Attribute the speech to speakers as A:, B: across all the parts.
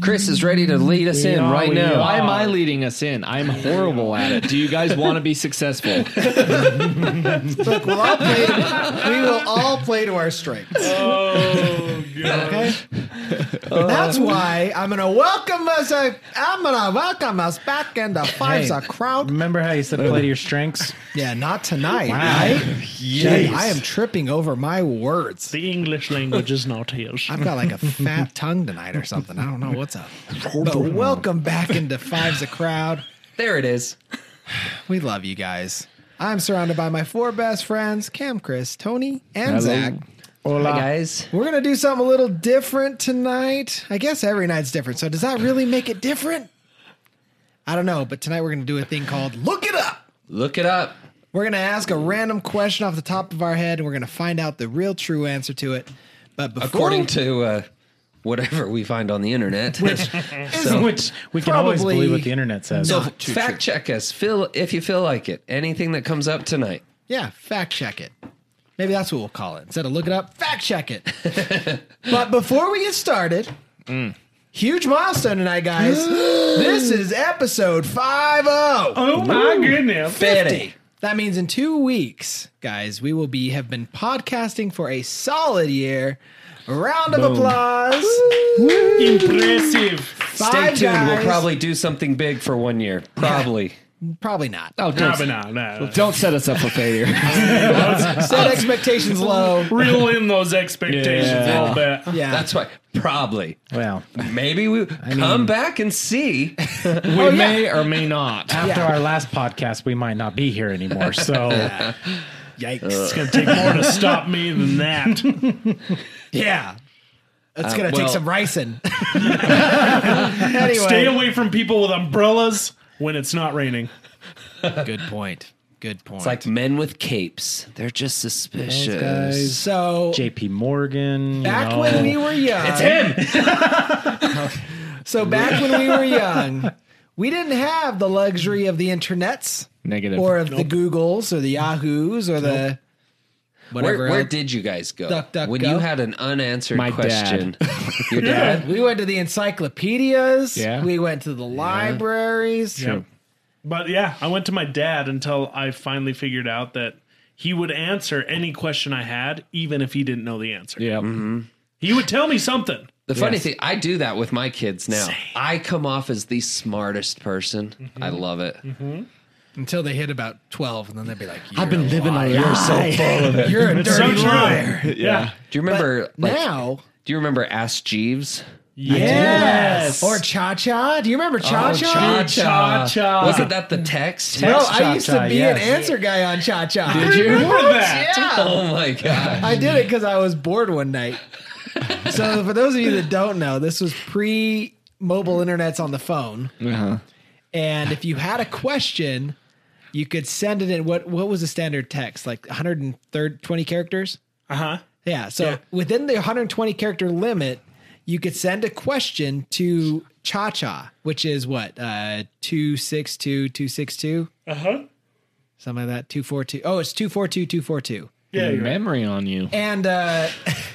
A: Chris is ready to lead us in
B: Yeah,
A: right
B: we
A: now.
B: are.
C: Why am I leading us in? I'm horrible at it. Do you guys want to be successful?
D: Look, we'll all play to, we will all play to our strengths.
B: Oh,
D: Okay. That's why I'm gonna welcome us. uh, I'm gonna welcome us back into fives
B: Hey.
D: a crowd.
B: Remember how you said play to your strengths?
D: Yeah, not tonight,
B: Wow.
D: right?
B: Jeez.
D: Dude, I am tripping over my words.
E: The English language is not his.
D: I've got like a fat tongue tonight or something. I don't know what's up. But welcome back into Fives a Crowd.
A: There it is.
D: We love you guys. I'm surrounded by my four best friends, Cam, Chris, Tony, and Zach.
A: Hi guys.
D: We're gonna do something a little different tonight. I guess every night's different. So does that really make it different? I don't know, but tonight we're gonna do a thing called Look It Up.
A: Look it up.
D: We're gonna ask a random question off the top of our head, and we're gonna find out the real true answer to it. But before,
A: According to uh, whatever we find on the internet. so
B: Which we can always
D: Probably
B: believe what the internet says.
A: so
D: not
A: fact check us. Feel if you feel like it. Anything that comes up tonight.
D: Yeah, fact check it. Maybe that's what we'll call it. Instead of look it up, fact check it. but before we get started,
A: Mm.
D: huge milestone tonight, guys. this is episode 5 0.
E: oh my goodness.
A: Fifty.
D: That means in two weeks, guys, we will be have been podcasting for a solid year. Round of applause.
E: Impressive.
A: Stay
D: Five
A: tuned. We'll
D: guys.
A: probably do something big for one year. Probably.
D: Probably not.
A: Oh,
E: Probably not. no, no.
A: don't set us up for failure.
D: Set
A: oh.
D: expectations low.
E: Reel in those expectations a
B: Yeah.
E: little bit.
D: Yeah.
A: That's why. Probably.
B: well,
A: Maybe we come back and see. Oh,
C: We may or may not.
B: after our last podcast, we might not be here anymore. So
E: It's going to take more to stop me than that.
D: yeah. It's gonna take
A: Uh, well-
D: some ricin. anyway.
E: Stay away from people with umbrellas when it's not raining.
D: Good point. Good point.
A: It's like men with capes. They're just suspicious.
B: guys.
D: so
B: JP Morgan, you
D: back
B: know,
D: when we were young. It's
A: him!
D: So back when we were young, we didn't have the luxury of the internets
C: Negative.
D: or of the Googles or the Yahoos or the
A: Where,
D: whatever.
A: where
D: else.
A: did you guys go?
D: Duck, duck,
A: when
D: go.
A: you had an unanswered
C: My
A: question.
C: dad.
A: Your dad?
D: we went to the encyclopedias.
C: Yeah.
D: We went to the libraries.
E: Yep. But yeah, I went to my dad until I finally figured out that he would answer any question I had, even if he didn't know the answer.
C: yeah.
E: He would tell me something.
A: The funny thing, I do that with my kids now. I come off as the smartest person. I love it.
D: Until they hit about 12, and then they'd be like, You're,
C: I've been living on your
D: you're a
E: So
D: dirty
E: true.
D: liar.
E: Yeah.
A: Do you remember like,
D: now.
A: do you remember Ask Jeeves?
E: Yes.
D: Or Cha Cha. Do you remember Cha Cha?
A: Oh, Cha
E: Cha-cha.
A: Wasn't that the text?
D: Bro,
B: Text
D: I used to
B: Cha-Cha,
D: be an
B: yes.
D: answer guy on Cha Cha.
E: Did you remember that?
A: Oh my god.
D: I did it because I was bored one night. so for those of you that don't know, this was pre mobile internets on the phone.
E: Uh-huh.
D: And if you had a question, you could send it in. What what was the standard text? Like 120 characters?
E: Uh huh.
D: Yeah. So within the 120 character limit, you could send a question to Cha Cha, which is what? Uh 262 262?
E: Uh huh.
D: Something like that. 242. Oh, it's 242 242.
E: Yeah. you're right.
C: memory on you.
D: And uh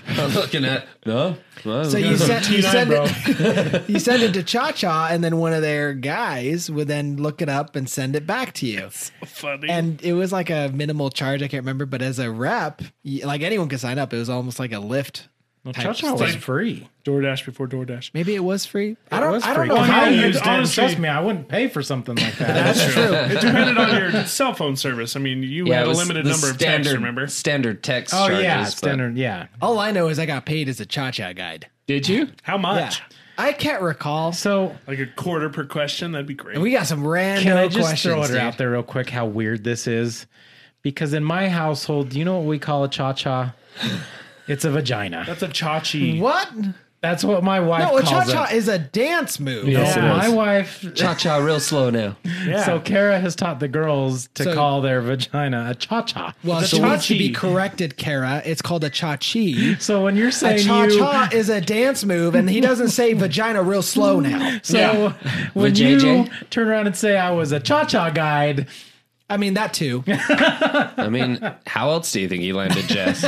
A: I'm looking at no. no.
D: So you send, you
E: T9,
D: send
E: bro.
D: it, you send it to Cha Cha, and then one of their guys would then look it up and send it back to you.
E: Funny.
D: And it was like a minimal charge, I can't remember, but as a rep, y- like anyone could sign up. It was almost like a lift.
B: Cha Cha was free.
E: DoorDash before DoorDash.
D: Maybe it was free. I
B: It
D: don't.
B: was
D: I don't
B: free.
D: know
B: Well,
D: how.
B: I
E: you
B: used it,
E: honestly-
B: Trust me, I wouldn't pay for something like that.
D: That's true.
E: It depended on your cell phone service. I mean, you
A: yeah,
E: had
A: it
E: a
A: was
E: limited
A: the
E: number of
A: standard,
E: texts, remember?
A: Standard text
B: oh
A: charges.
B: yeah,
A: but-
B: standard. Yeah.
D: All I know is I got paid as a Cha Cha guide.
C: Did you?
E: How
D: Yeah,
E: much?
D: I can't recall.
B: So
E: Like a quarter per question? That'd be great.
D: And we got some random
B: Can I just
D: questions.
B: throw it
D: dude.
B: out there real quick how weird this is? Because in my household, you know what we call a cha cha? It's a vagina.
E: That's a chachi.
D: What?
B: That's what my wife
D: No, a Cha
B: calls
D: Cha
B: it.
D: is a dance move.
B: No,
E: Yes, it
B: my
E: is.
B: wife.
A: Cha-cha real slow now.
E: Yeah.
B: So Kara has taught the girls to
D: So-
B: call their vagina a cha cha.
D: Well,
E: It's a
D: she needs to be
E: cha-chi.
D: corrected, Kara. It's called a Cha Chi.
B: So when you're
D: A
B: saying
D: cha
B: you,
D: cha is a dance move, and he doesn't say vagina real slow now.
B: so when
A: Vajayjay?
B: you turn around and say I was a cha cha guide,
D: I mean that too.
A: I mean, how else do you think he landed Jess?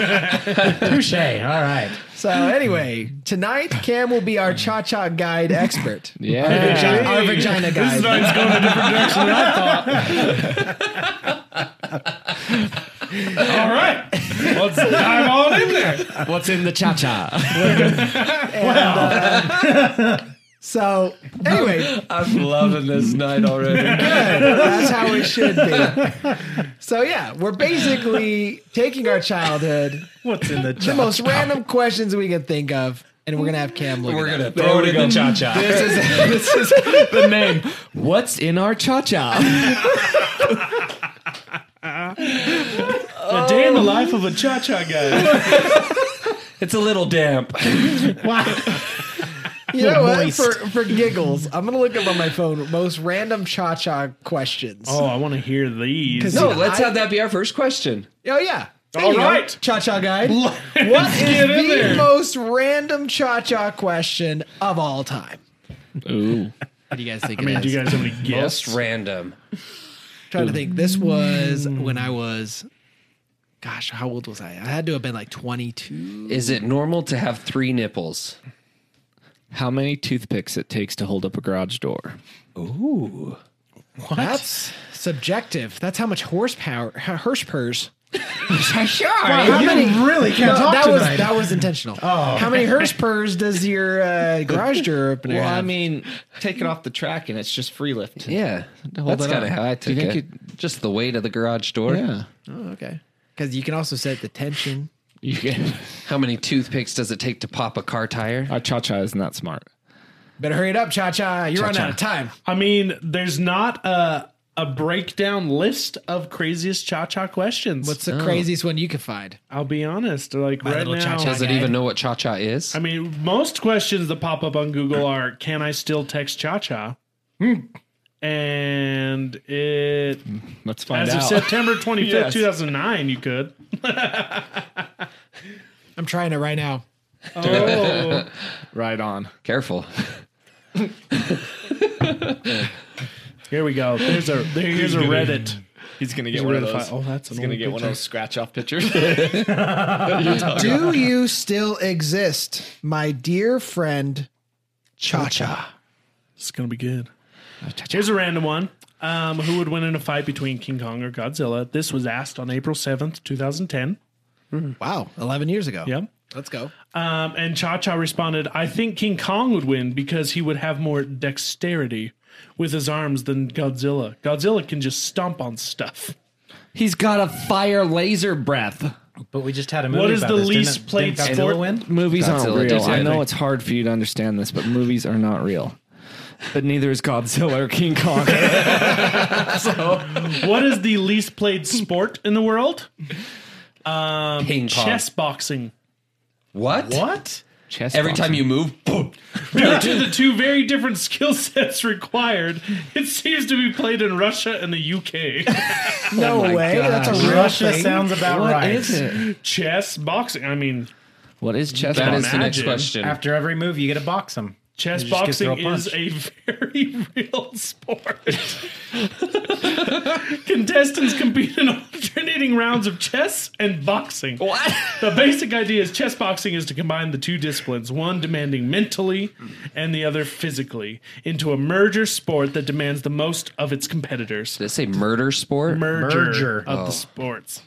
B: Touche. All right.
D: So anyway, tonight Cam will be our cha cha guide expert.
C: Yeah.
D: Vagi- Our vagina
E: This is
D: guide.
E: nice going a different direction than I thought. All right. Let's dive on in there.
C: What's in the cha cha?
D: uh, So anyway,
A: I'm loving this night already.
D: that's how it should be. So yeah, we're basically taking our childhood,
E: What's in the
D: the most random questions we can think of, and we're gonna have Cam look.
A: We're
D: it up.
A: gonna throw it in the cha cha.
C: this is this is the name. What's in our cha cha?
E: A day in
B: Oh.
E: the life of a cha cha guy.
A: It's a little damp.
D: You know what? For, for giggles, I'm gonna look up on my phone most random cha cha questions.
E: Oh, I want to hear these.
D: 'Cause-
A: No,
D: Yeah,
A: let's
D: I-
A: have that be our first question.
D: Oh, yeah.
E: All right.
D: Cha cha guide. what is
E: get in
D: the
E: there.
D: most random cha cha question of all time?
C: Ooh.
D: What do you guys think?
E: I mean, do you guys have any
A: Most
E: guess?
A: random.
D: trying to think. This was
E: Hmm.
D: when I was, gosh, how old was I? I had to have been like 22.
A: Is it normal to have three nipples?
C: How many toothpicks it takes to hold up a garage door?
D: That's subjective. That's how much horsepower, Hirschpers.
B: sure.
D: how
B: you
D: many-
B: really can't talk
D: that was
B: tonight.
D: that was intentional. Oh, how many Hirschpers does your uh, garage door opener
C: Well,
D: have?
C: I mean, take it off the track and it's just free lift.
A: Yeah,
C: Hold
A: that's
C: it
A: kind of
C: up.
A: how I
C: Do
A: took
C: you
A: it.
C: think
A: Just the weight of the garage door.
C: Yeah.
D: Oh, okay. Because you can also set the tension.
C: You can,
A: How many toothpicks does it take to pop a car tire?
C: our cha cha isn't that smart.
D: Better hurry it up, Cha Cha. You're running out of time.
E: I mean, there's not a a breakdown list of craziest cha cha questions.
D: What's the craziest one you could find?
E: I'll be honest, like right
D: little
E: now.
D: cha-cha.
A: Does it
D: Okay.
A: even know what cha cha is?
E: I mean, most questions that pop up on Google are, "Can I still text cha cha?"
C: Hmm.
E: And it,
C: Let's find
E: as of
C: out.
E: September 25th,
C: Yes.
E: 2009, you could.
D: I'm trying it right now.
E: Oh,
C: right on.
A: Careful.
E: here we go. There's a there, here's a Reddit.
C: He's gonna get
E: one of those-
C: Oh, that's
E: he's gonna get one of
C: those scratch off pictures.
D: Do you still exist, my dear friend Cha Cha?
E: It's gonna be good. Here's a random one. Um, who would win in a fight between King Kong or Godzilla? This was asked on April 7th, 2010.
D: Wow, 11 years ago.
E: Yep.
D: Let's go.
E: Um, and Cha Cha responded, I think King Kong would win because he would have more dexterity with his arms than Godzilla. Godzilla can just stomp on stuff.
C: he's got a fire laser breath.
B: But we just had a movie.
E: is
B: about
E: the
B: this. Didn't
E: least
B: it- didn't
E: played
B: Godzilla
E: sport?
B: Win?
C: Movies aren't
A: Godzilla
C: real.
A: did
C: I
A: it.
C: know it's hard for you to understand this, but movies are not real. But neither is Godzilla or King Kong.
E: What is the least played sport in the world?
A: Ping pong.
E: Chess boxing.
A: What?
B: What?
C: Chest
A: Every
C: boxing.
A: time you move, boom.
E: Due to the two very different skill sets required, it seems to be played in Russia and the UK.
B: Oh
D: No way. Oh, That's a real
B: Russia
D: thing.
B: sounds about
C: What
B: right.
C: is it?
E: chess boxing. I mean,
C: What is chest
A: That
C: boxing?
A: is the next
E: Imagine.
A: question.
B: After every move, you get to box them.
E: chess
B: You just get
E: boxing
B: to throw a
E: is a very real sport. Contestants compete in alternating rounds of chess and boxing.
A: What?
E: The basic idea is chess boxing is to combine the two disciplines, one demanding mentally and the other physically, into a merger sport that demands the most of its competitors.
A: Did it say murder sport?
E: Merger,
B: Merger.
E: of the sports.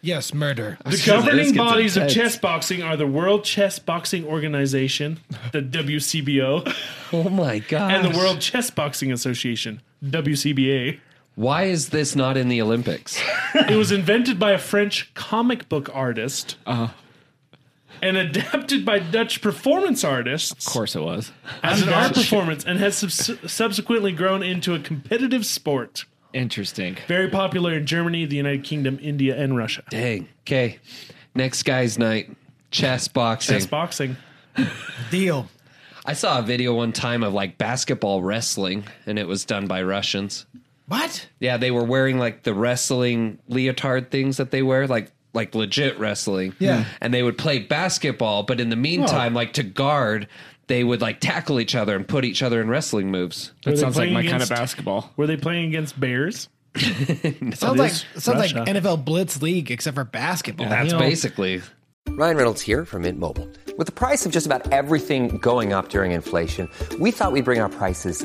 D: Yes, murder.
E: The governing
C: gets
E: bodies of
C: intense.
E: chess boxing are the World Chess Boxing Organization, the WCBO,
A: oh my god.
E: and the World Chess Boxing Association, WCBA.
A: Why is this not in the Olympics?
E: It was invented by a French comic book artist and adapted by Dutch performance artists
C: Of course it was.
E: as an art performance and has subs- subsequently grown into a competitive sport.
C: Interesting.
E: Very popular in Germany, the United Kingdom, India, and Russia.
A: Dang. Okay. Next guy's night. Chess boxing.
E: Chess boxing.
D: Deal.
A: I saw a video one time of like basketball wrestling, and it was done by Russians.
D: What?
A: Yeah, they were wearing like the wrestling leotard things that they wear, like like legit wrestling.
D: Yeah.
A: And they would play basketball, but in the meantime, like to guard, they would like tackle each other and put each other in wrestling moves.
E: Were
C: That
E: they
C: sounds like
E: playing
C: my kind of
E: against-
C: basketball.
E: Were they playing against bears?
D: Sounds like
E: is
D: sounds like
E: Russia.
D: NFL Blitz League except for basketball.
A: That's
B: You know-
A: basically
F: Ryan Reynolds here from Mint Mobile. With the price of just about everything going up during inflation, we thought we'd bring our prices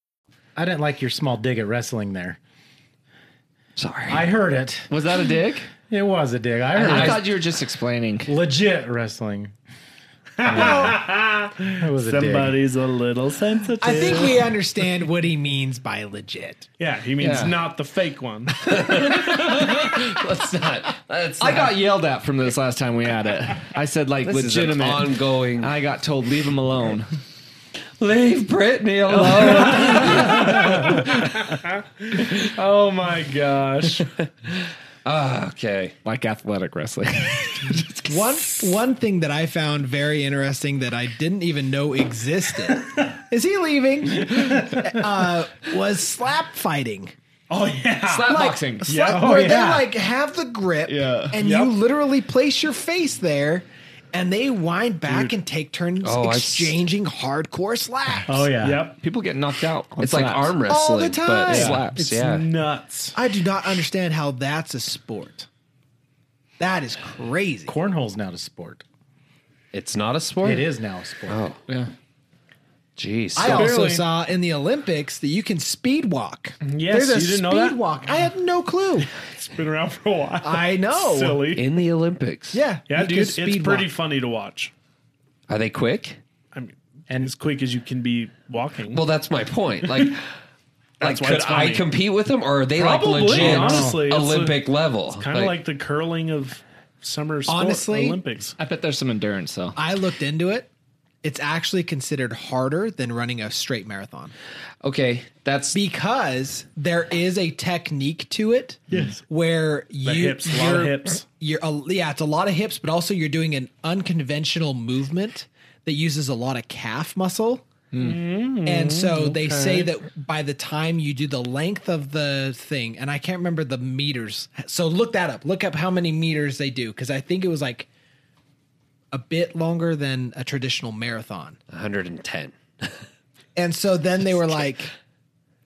B: I didn't like your small dig at wrestling there.
C: Sorry.
B: I heard it.
C: Was that a dig?
B: It was a dig. I heard
C: I
B: it.
C: thought you were just explaining.
B: legit wrestling. it was a dig.
E: Somebody's a little sensitive.
D: I think we understand what he means by legit.
E: yeah, he means
C: Yeah.
E: not the fake one.
A: let's not. Let's
C: I
A: not-
C: got yelled at from this last time we had it. I said like
A: This is an
C: legitimate.
A: ongoing.
C: I got told leave him alone.
A: Leave Brittany alone.
E: oh my gosh.
A: okay.
C: like athletic wrestling.
D: One one thing that I found very interesting that I didn't even know existed. Is he leaving? Uh, was slap fighting.
E: Oh yeah.
C: Slap
D: Like,
C: boxing.
D: slap-
E: Yeah. Oh,
D: where they
E: yeah.
D: like have the grip
C: Yeah.
D: and
E: Yep.
D: you literally place your face there and they wind back and take turns
A: Oh, I s-
D: exchanging hardcore slaps.
B: Oh yeah.
E: Yep.
C: People get knocked out. on
A: It's like
C: slaps.
A: arm wrestling,
D: All the
A: but
D: time.
A: it
D: Yeah.
A: slaps.
E: It's
A: yeah.
E: nuts.
D: I do not understand how that's a sport. That is crazy.
B: Cornhole's now a sport.
A: It's not a sport.
B: It is now a sport.
A: Oh.
C: Yeah.
A: Jeez.
D: I also
E: Barely.
D: saw in the Olympics that you can speed walk.
E: Yes,
D: There's a
E: you didn't
D: speed
E: know that?
D: walk. I had no clue.
E: It's been around for a while.
D: I know.
E: Silly.
A: in the Olympics.
D: Yeah.
E: Yeah,
D: you
E: dude,
D: can
E: it's pretty
D: speed walk.
E: funny to watch.
A: Are they quick?
E: I mean, and as quick as you can be walking.
A: Well, that's my point. Like, like
E: why
A: could
E: it's
A: I
E: funny.
A: compete with them, or are they
E: Probably,
A: like legit
E: honestly. It's
A: Olympic level?
E: kind of like, the curling of summer sport
D: Honestly,
E: Olympics.
C: I bet there's some endurance though.
D: I looked into it. It's actually considered harder than running a straight marathon
A: okay, that's
D: because there is a technique to it. Yes. Where you
E: The hips, a lot of
D: you're-
E: hips.
D: You're a- yeah, it's a lot of hips, but also you're doing an unconventional movement that uses a lot of calf muscle. And so they say that by the time you do the length of the thing, and I can't remember the meters. So look that up. Look up how many meters they do because I think it was like a bit longer than a traditional marathon.
A: 110.
D: And so then they were like,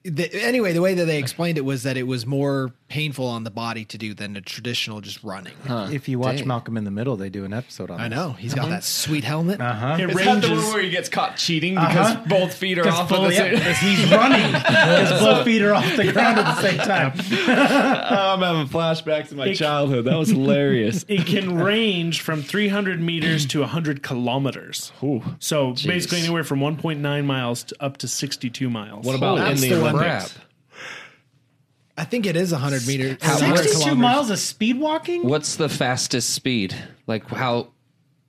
D: the, anyway, the way that they explained it was that it was more painful on the body to do than a traditional just running.
B: If you watch Malcolm in the Middle, they do an episode on.
D: I know he's got that sweet helmet.
E: It
C: Is that the one
E: ranges.
C: where he gets caught cheating because
D: Uh-huh.
C: both feet are off of the same?
B: he's running. Oh, His both feet are off the ground at the same time.
C: I'm having flashbacks to my childhood. That was hilarious.
E: It can range from 300 meters to 100 kilometers. so basically anywhere from 1.9 miles to up to 62 miles.
C: What about in
D: That's
C: the,
D: the one.
C: Olympics?
D: I think it is 100 meters. How,
B: Sixty-two miles of speed walking.
A: What's the fastest speed? Like how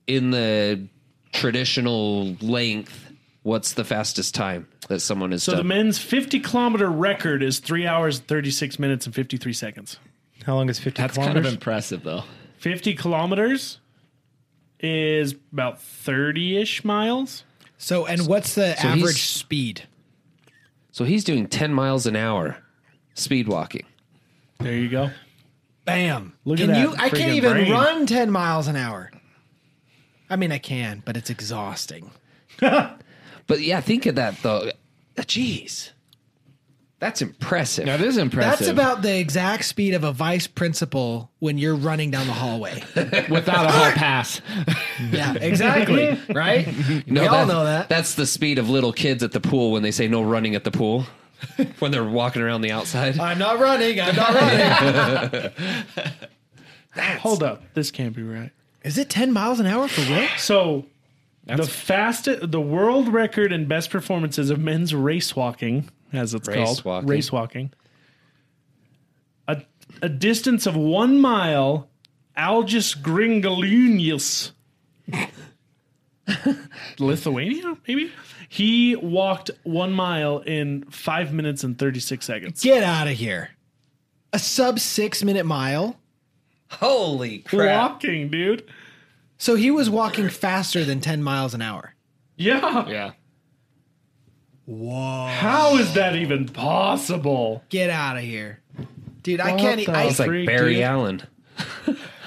A: in the traditional length? What's the fastest time that someone has
E: so the
A: done?
E: men's 50 kilometer record is 3 hours 36 minutes and 53 seconds.
B: How long is fifty
C: That's
B: kilometers?
C: kind of impressive though.
E: 50 kilometers is about 30-ish miles.
D: So, and what's the
A: So he's-
D: average speed?
A: so he's doing 10 miles an hour, speed walking.
E: There you go.
D: Bam!
E: Look at
D: Can
E: that
D: you? I can't
E: friggin'
D: even
E: brain.
D: run 10 miles an hour. I mean, I can, but it's exhausting.
A: But yeah, think of that though. Jeez, that's impressive.
C: That is impressive.
D: That's about the exact speed of a vice principal when you're running down the hallway.
C: without a hard pass.
D: yeah, exactly. right?
A: No,
D: we all
A: that-
D: know that.
A: That's the speed of little kids at the pool when they say no running at the pool when they're walking around the outside.
D: I'm not running. I'm not running.
E: Hold up, this can't be right.
D: Is it 10 miles an hour for real?
E: So the fastest, the world record and best performances of men's race walking, as it's
A: Race
E: called,
A: walking.
E: race walking. A, a distance of one mile, Algis Gringalunius, Lithuania, maybe. He walked one mile in five minutes and thirty six seconds.
D: Get out of here. A sub six minute mile.
A: Holy crap!
E: Walking, dude.
D: So he was walking faster than 10 miles an hour.
E: Yeah.
A: Yeah,
E: How is that even possible?
D: Get out of here. Dude, I can't. e-
E: the-
D: I,
A: it's like
E: Freak,
A: Barry
E: dude.
A: Allen.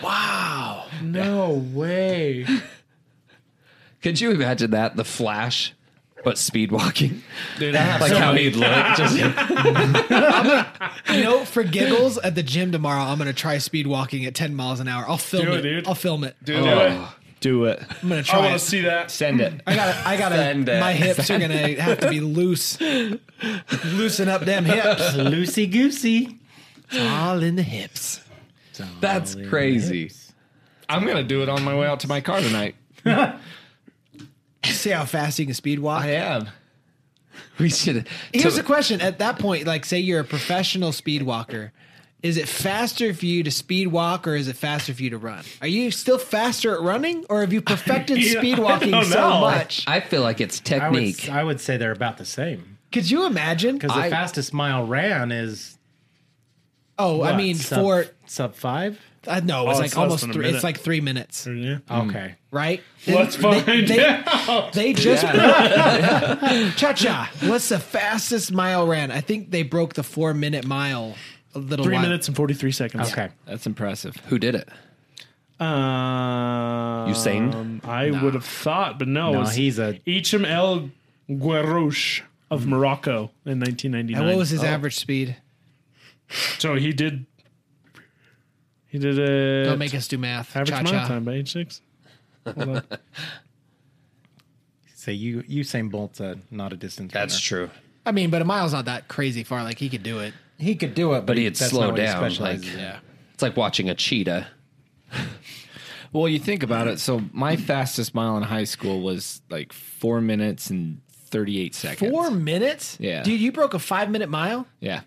D: wow.
E: No way.
A: Could you imagine that? The Flash, but speed walking.
E: Dude,
A: Like how he'd look. Just
D: You know, for giggles at the gym tomorrow, I'm gonna try speed walking at 10 miles an hour. I'll film
E: Do
D: it.
E: it, dude.
D: I'll film it.
E: do it.
C: Do it.
D: I'm gonna
E: I
D: try
E: want to
D: it.
E: see that.
C: Send it.
D: I gotta, I
A: Send
D: gotta,
A: it.
D: my hips are gonna have to be loose. Loosen up them hips.
B: Loosey goosey.
D: All in the hips.
A: that's crazy.
C: I'm gonna do it on my way out to my car tonight.
D: See how fast you can speed walk?
C: I am.
A: We should.
D: Here's
A: to-
D: the question. At that point, like, say you're a professional speed walker. Is it faster for you to speed walk or is it faster for you to run? Are you still faster at running or have you perfected
E: Yeah,
D: speed
E: I
D: walking
E: don't
D: so
E: know.
D: much?
A: I feel like it's
B: I
A: technique.
B: would, I would say they're about the same
D: Could you imagine?
B: because the
A: I-
B: fastest mile ran is
D: Oh, I
B: what,
D: mean, uh,
B: sub,
D: for
B: sub five.
D: I know it's
E: Oh,
D: like
E: it's less
D: almost
E: than a
D: three.
E: minute.
D: It's like three minutes,
E: Yeah.
B: Okay,
D: right?
E: Let's
D: They-
E: find
D: they,
E: out.
D: They just cha cha. What's the fastest mile ran? I think they broke the four minute mile a little.
E: Three
D: while.
E: minutes and forty three seconds.
B: okay.
C: That's impressive.
A: Who did it?
E: Um,
A: Usain?
E: I would have thought, but no.
B: No,
E: it's
B: he's a
E: Ichem El Guerrouche of Morocco in nineteen ninety
D: And
E: nine.
D: what was his average speed?
E: So he did. He did a
D: Don't make us do math. Cha
E: average mile
D: cha.
E: time by age six. Hold on.
B: say you Usain Bolt's a, not a distance. runner.
A: true.
D: I mean, but a mile's not that crazy far. Like he could do it.
B: He could do it, but,
A: he'd
B: that's
A: slow
B: not what he
A: down,
B: specializes
A: like-
B: in.
D: Yeah.
A: It's like watching a cheetah.
C: Well, you think about it. So my fastest mile in high school was like four minutes and thirty-eight seconds.
D: Four minutes?
C: Yeah.
D: Dude, you broke a five minute mile.
C: Yeah.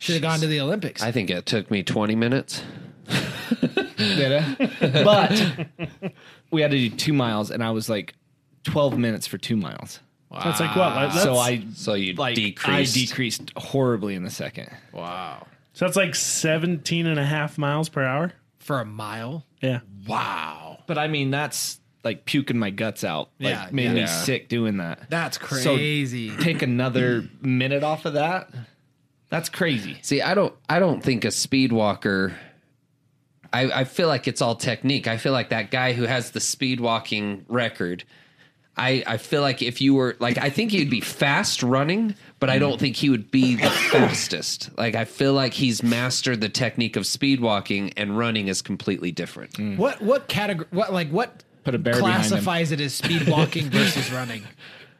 D: Should have gone to the Olympics.
A: I think it took me 20 minutes.
C: but we had to do two miles, and I was like twelve minutes for two miles.
E: That's like what? Like, that's,
C: so I
A: So you
C: like
A: decreased.
C: I decreased horribly in the second.
E: so that's like 17 and a half miles per hour.
D: for a mile.
E: Yeah.
D: Wow.
C: But I mean, that's like puking my guts out. Like,
D: Yeah,
C: made me
D: yeah.
C: sick doing that.
D: That's
C: So-
D: crazy.
C: Take another minute off of that. That's crazy.
A: See, I don't I don't think a speed walker I, I feel like it's all technique. I feel like that guy who has the speed walking record. I, I feel like if you were like I think he'd be fast running, but I don't think he would be the fastest. Like I feel like he's mastered the technique of speed walking and running is completely different.
D: What what category? What like what?
C: Put a bear behind him.
D: classifies it as speed walking versus running.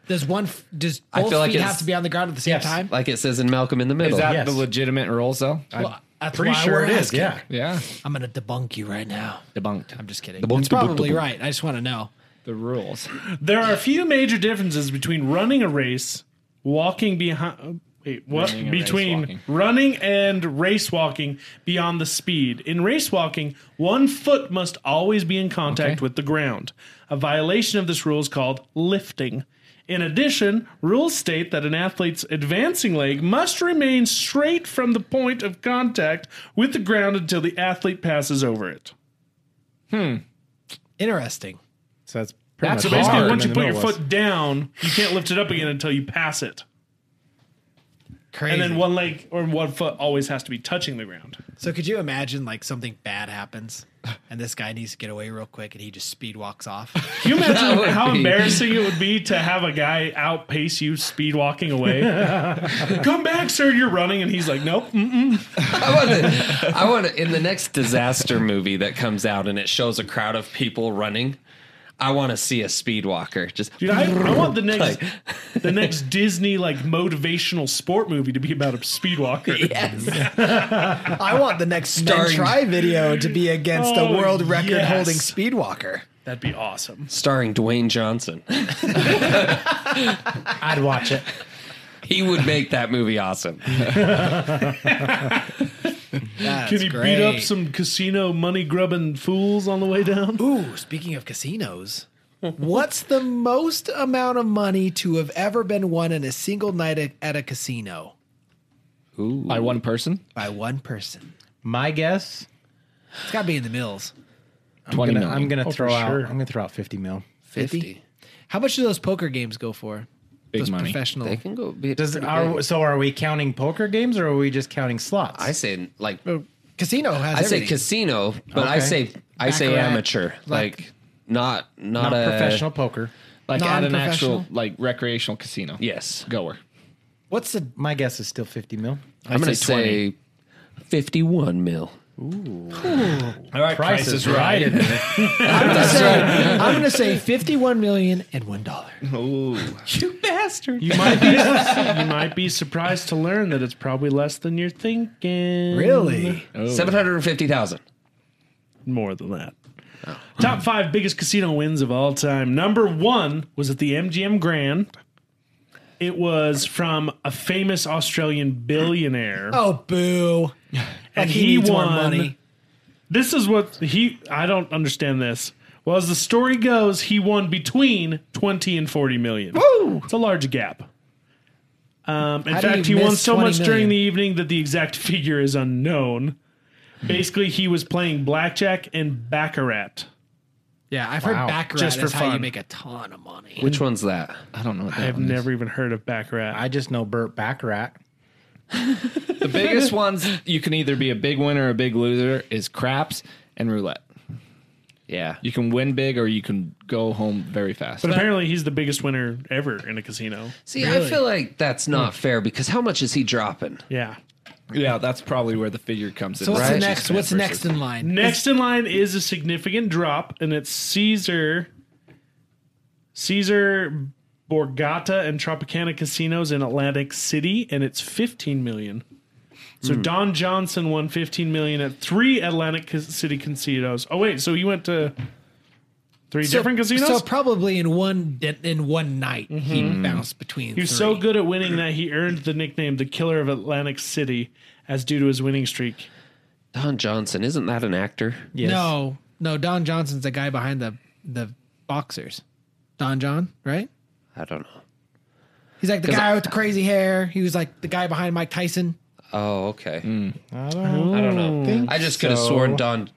D: Does one f- does
A: I
D: both
A: feel like
D: feet
A: it's-
D: have to be on the ground at the same time?
A: Like it says in Malcolm in the
C: Is
A: Middle.
C: that
B: Yes.
C: the legitimate rule, though?
D: Well, that's
B: Pretty
D: why
B: sure
D: we're
B: it is.
D: asking.
B: Yeah.
C: Yeah.
D: I'm gonna debunk you right now.
C: Debunked.
D: I'm just kidding. That's probably right. I just want to know.
C: The rules.
E: There are a few major differences between running a race, walking behind. Wait, what?
C: Running and
E: between
C: race walking.
E: running and race walking beyond the speed. In race walking, one foot must always be in contact
C: Okay.
E: with the ground. A violation of this rule is called lifting. In addition, rules state that an athlete's advancing leg must remain straight from the point of contact with the ground until the athlete passes over it.
D: Interesting.
B: So that's pretty
C: That's
B: much
E: So basically,
C: Hard.
E: once you
B: in the
E: put your
B: middle was-
E: foot down, you can't lift it up again until you pass it.
D: Crazy.
E: And then one leg or one foot always has to be touching the ground.
D: So could you imagine like something bad happens and this guy needs to get away real quick and he just speed walks off?
E: Can you imagine
A: would
E: how
A: be-
E: embarrassing it would be to have a guy outpace you speed walking away? Come back, sir, you're running. And he's like, nope. mm, mm-mm.
A: I want, to, I want to, in the next disaster movie that comes out and it shows a crowd of people running. I want to see a speed walker. Just
E: Dude, I, I want the next the next Disney like motivational sport movie to be about a speed walker.
A: yes,
D: I want the next Starring.
A: Starring-
D: try video to be against
E: Oh,
D: a world record
E: yes.
D: holding speed walker.
E: That'd be awesome.
A: starring Dwayne Johnson.
B: I'd watch it.
A: He would make that movie awesome.
D: That's
E: Can he beat up some casino money grubbing fools on the way down?
D: Ooh, speaking of casinos, what's the most amount of money to have ever been won in a single night at, at a casino
C: By one person?
D: by one person?
B: My guess,
D: It's got to be in the mills.
C: Twenty
B: gonna-
C: million.
B: I'm gonna
E: Oh, for
B: throw out.
E: sure.
B: I'm gonna throw out fifty mil.
A: 50.
D: How much do those poker games go for?
C: Big
D: those
C: money.
D: professional.
A: They can go. Be
B: Does
A: pretty
B: are,
A: big.
B: so? Are we counting poker games or are we just counting slots?
A: I say like
D: Oh, casino has
A: I say
D: everything.
A: casino, but I
B: Okay.
A: say I say
D: Baccarat,
A: amateur,
D: like-
A: like, not not,
B: not
A: a
B: professional poker.
C: like at an
D: Non-professional?
C: actual like recreational casino.
A: Yes,
C: Goer.
D: What's the
B: My guess is still fifty mil.
A: I'm going to say fifty-one mil.
E: All right,
B: Price is right.
D: I'm gonna say I'm gonna say fifty-one million and one dollar.
A: You bastard!
E: You might be you might be surprised to learn that it's probably less than you're thinking.
D: Really?
A: Seven hundred fifty thousand.
E: more than that.
D: Oh.
E: Top five biggest casino wins of all time. Number one was at the MGM Grand. It was from a famous Australian billionaire.
D: Oh, boo! Like he,
E: he
D: needs more
E: won.
D: money.
E: This is what he. I don't understand this. Well, as the story goes, he won between twenty and forty million. Woo! It's a large gap. Um, in
D: How do
E: fact, he
D: you
E: won
D: miss
E: so
D: 20
E: much during
D: million?
E: the evening that the exact figure is unknown. Basically, he was playing blackjack and baccarat.
D: Yeah, I've heard baccarat
E: Just for
D: is how you
E: fun.
D: make a ton of money.
A: Which one's that?
C: I don't know what that
E: I've
C: one is.
E: never even heard of baccarat.
B: I just know Burt Baccarat.
C: The biggest ones you can either be a big winner or a big loser is craps and roulette.
A: Yeah,
C: You can win big or you can go home very fast.
E: But apparently, he's the biggest winner ever in a casino.
A: See, I feel like that's not fair because how much is he dropping?
E: Yeah.
C: yeah, that's probably where the figure comes
D: So
C: in.
D: what's
A: Right.
D: the next? What's next in line?
E: Next in line is a significant drop, and it's Caesar, Caesar Borgata and Tropicana casinos in Atlantic City, and it's 15 million. So Don Johnson won 15 million at three Atlantic Ca- City casinos. Oh wait, so he went to three different casinos.
D: So probably in one di- in one night he bounced between.
E: He was so good at winning that he earned the nickname "the Killer of Atlantic City," as due to his winning streak.
A: Don Johnson isn't that an actor?
B: Yes.
D: No, no. Don Johnson's the guy behind the the boxers. Don John, right?
A: I don't know.
D: He's like the
A: 'Cause
D: guy with the crazy hair. He was like the guy behind Mike Tyson.
A: Oh, okay.
C: Hmm.
A: I don't know. I just could have sworn Don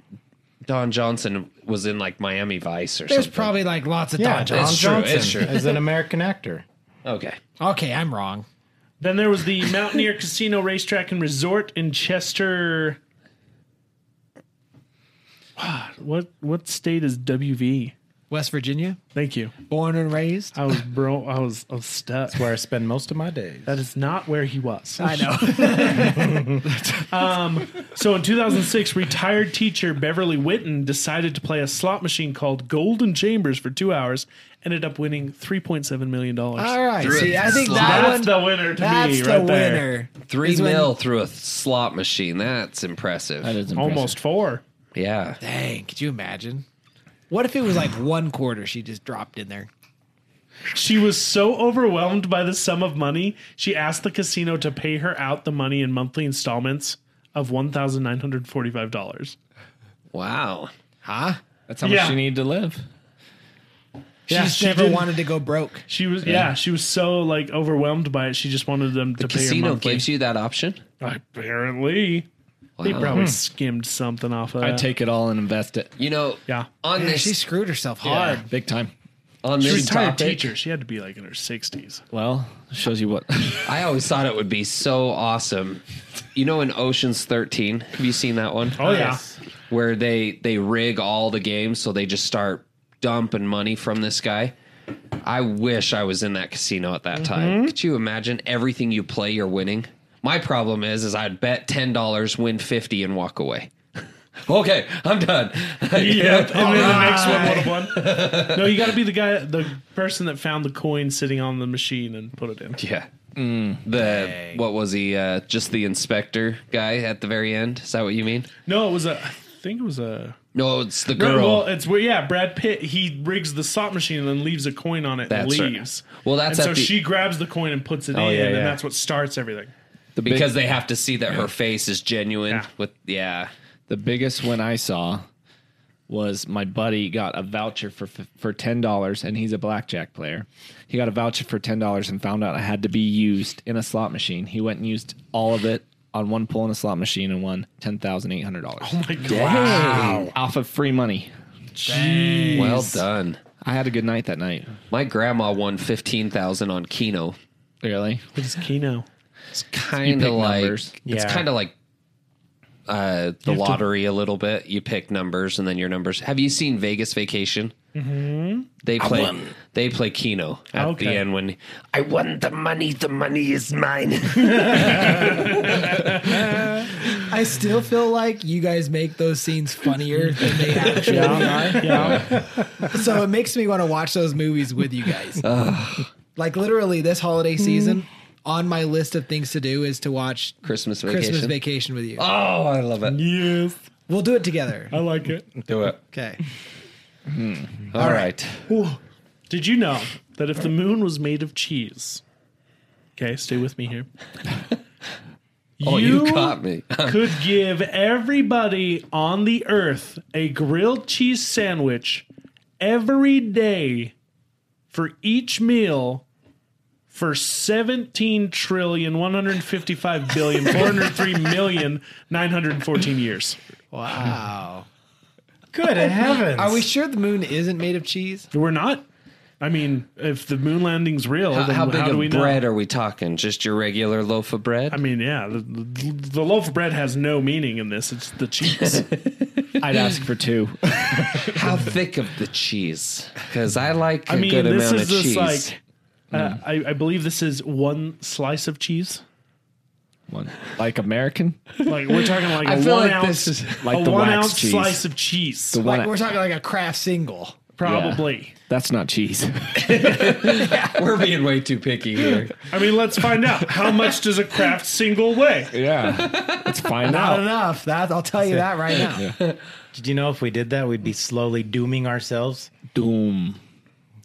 A: Don Johnson was in like Miami Vice or
D: There's
A: something.
D: probably like lots of
B: Yeah,
D: Don
B: Don
D: Johnsons.
A: it's true,
B: Johnson
A: it's true.
B: is an American actor.
A: okay.
D: Okay, I'm wrong.
E: Then there was the Mountaineer Casino Racetrack and Resort in Chester. Ah, What what state is WV?
D: West Virginia,
E: Thank you.
D: born and raised.
E: I was bro. I was I was stuck.
B: Where I spend most of my days.
E: That is not where he was. Um,
D: I know.
E: So in 2006, retired teacher Beverly Whitten decided to play a slot machine called Golden Chambers for two hours. Ended up winning 3.7 million dollars.
D: All right. See, I think that
E: That's
D: one.
E: the winner to
D: that's
E: me,
D: the
E: right there.
D: winner.
A: Three
D: Is when-
A: mil through a slot machine. That's impressive.
C: That is impressive.
E: Almost four.
A: yeah.
D: Dang, could you imagine? What if it was like one quarter she just dropped in there?
E: She was so overwhelmed by the sum of money, she asked the casino to pay her out the money in monthly installments of $1,945.
A: Wow.
D: Huh?
C: That's how
E: Yeah.
C: much you need to live.
E: Yeah,
D: She's
E: she
D: never
E: didn't-
D: wanted to go broke.
E: She was yeah. she was so like overwhelmed by it. She just wanted them to pay her
A: Casino
E: monthly.
A: gives you that option.
E: Apparently, they
A: Wow. Hmm.
E: probably skimmed something off of.
C: I
E: that.
C: take it all and invest it.
A: You know,
E: yeah.
A: on
D: Man,
A: this
D: she screwed herself hard.
C: Big time.
A: on
E: She
A: this
E: retired
A: topic.
E: teacher. She had to be like in her sixties.
C: Well, shows you what.
A: I always thought it would be so awesome. You know, in Ocean's Thirteen, have you seen that one?
E: Oh yeah.
A: where they they rig all the games so they just start dumping money from this guy. I wish I was in that casino at that
E: Mm-hmm.
A: time. Could you imagine everything you play you're winning? My problem is is I'd bet ten dollars, win fifty, and walk away. okay, I'm done.
E: Yep. And then the next one would have won. No, you got to be the guy, the person that found the coin sitting on the machine and put it in.
A: yeah.
E: Mm.
A: the what was he? Uh, just the inspector guy at the very end. Is that what you mean?
E: No, it was a. I think it was a.
A: No, it's the
E: No,
A: girl.
E: Well, it's where yeah, Brad Pitt he rigs the slot machine and then leaves a coin on it
A: That's right.
E: and leaves.
A: Well, that's
E: and
A: at
E: so
A: the-
E: she grabs the coin and puts it
A: Oh,
E: in,
A: yeah,
E: and
A: yeah.
E: that's what starts everything.
A: because they have to see that her face is genuine.
E: Yeah.
A: With yeah,
C: the biggest one I saw was my buddy got a voucher for for ten dollars, and he's a blackjack player. He got a voucher for ten dollars and found out it had to be used in a slot machine. He went and used all of it on one pull in a slot machine and won ten thousand eight hundred dollars
E: Oh My God.
C: off of free money.
A: well done.
C: I had a good night that night.
A: My grandma won fifteen thousand on Keno.
C: Really?
E: What is Keno?
A: It's kind
C: pick
A: of like
C: numbers.
A: it's
E: Yeah.
A: kind of like uh, the lottery a little bit. You pick numbers and then your numbers. Have you seen Vegas Vacation? Mm-hmm. They play they play Keno at the
E: Okay.
A: end when I won the money. The money is mine.
D: I still feel like you guys make those scenes funnier than they actually are. So it makes me want to watch those movies with you guys. like literally this holiday season, on my list of things to do is to watch
A: Christmas vacation.
D: Christmas vacation with you.
A: oh, I love it.
E: Yes,
D: We'll do it together.
E: I like it.
A: Do it.
D: Okay.
A: All right.
E: Did you know that if the moon was made of cheese? Okay, stay with me here.
A: Oh, you, caught me.
E: could give everybody on the earth a grilled cheese sandwich every day for each meal for 17 trillion 155 billion 403 million 914 years
D: Wow.
B: Good heavens.
D: Are we sure the moon isn't made of cheese?
E: we're not i mean if the moon landing's real
A: How,
E: then
A: how
E: how,
A: big
E: do we
A: of bread
E: know
A: are we talking? Just your regular loaf of bread?
E: i mean yeah the, the, the loaf of bread has no meaning in this it's the cheese
C: I'd ask for two.
A: How thick of the cheese? Because I like a
E: I mean,
A: good
E: this
A: amount
E: is
A: of
E: just
A: cheese. Hmm.
E: like uh, I, I believe this is one slice of cheese.
C: One. Like American?
E: Like we're talking like a
A: I
E: one
A: feel like
E: ounce,
A: this is
C: like
E: a
C: the
E: one
C: wax
E: ounce
C: cheese.
E: slice of cheese,
C: The
D: Like
C: one
D: we're talking like a craft single.
E: probably.
C: that's not cheese.
A: We're being way too picky here.
E: I mean, let's find out how much does a craft single weigh.
C: yeah. Let's find
D: Not
C: out.
D: enough. That I'll tell you that right now.
B: Did you know if we did that, we'd be slowly dooming ourselves?
C: Doom.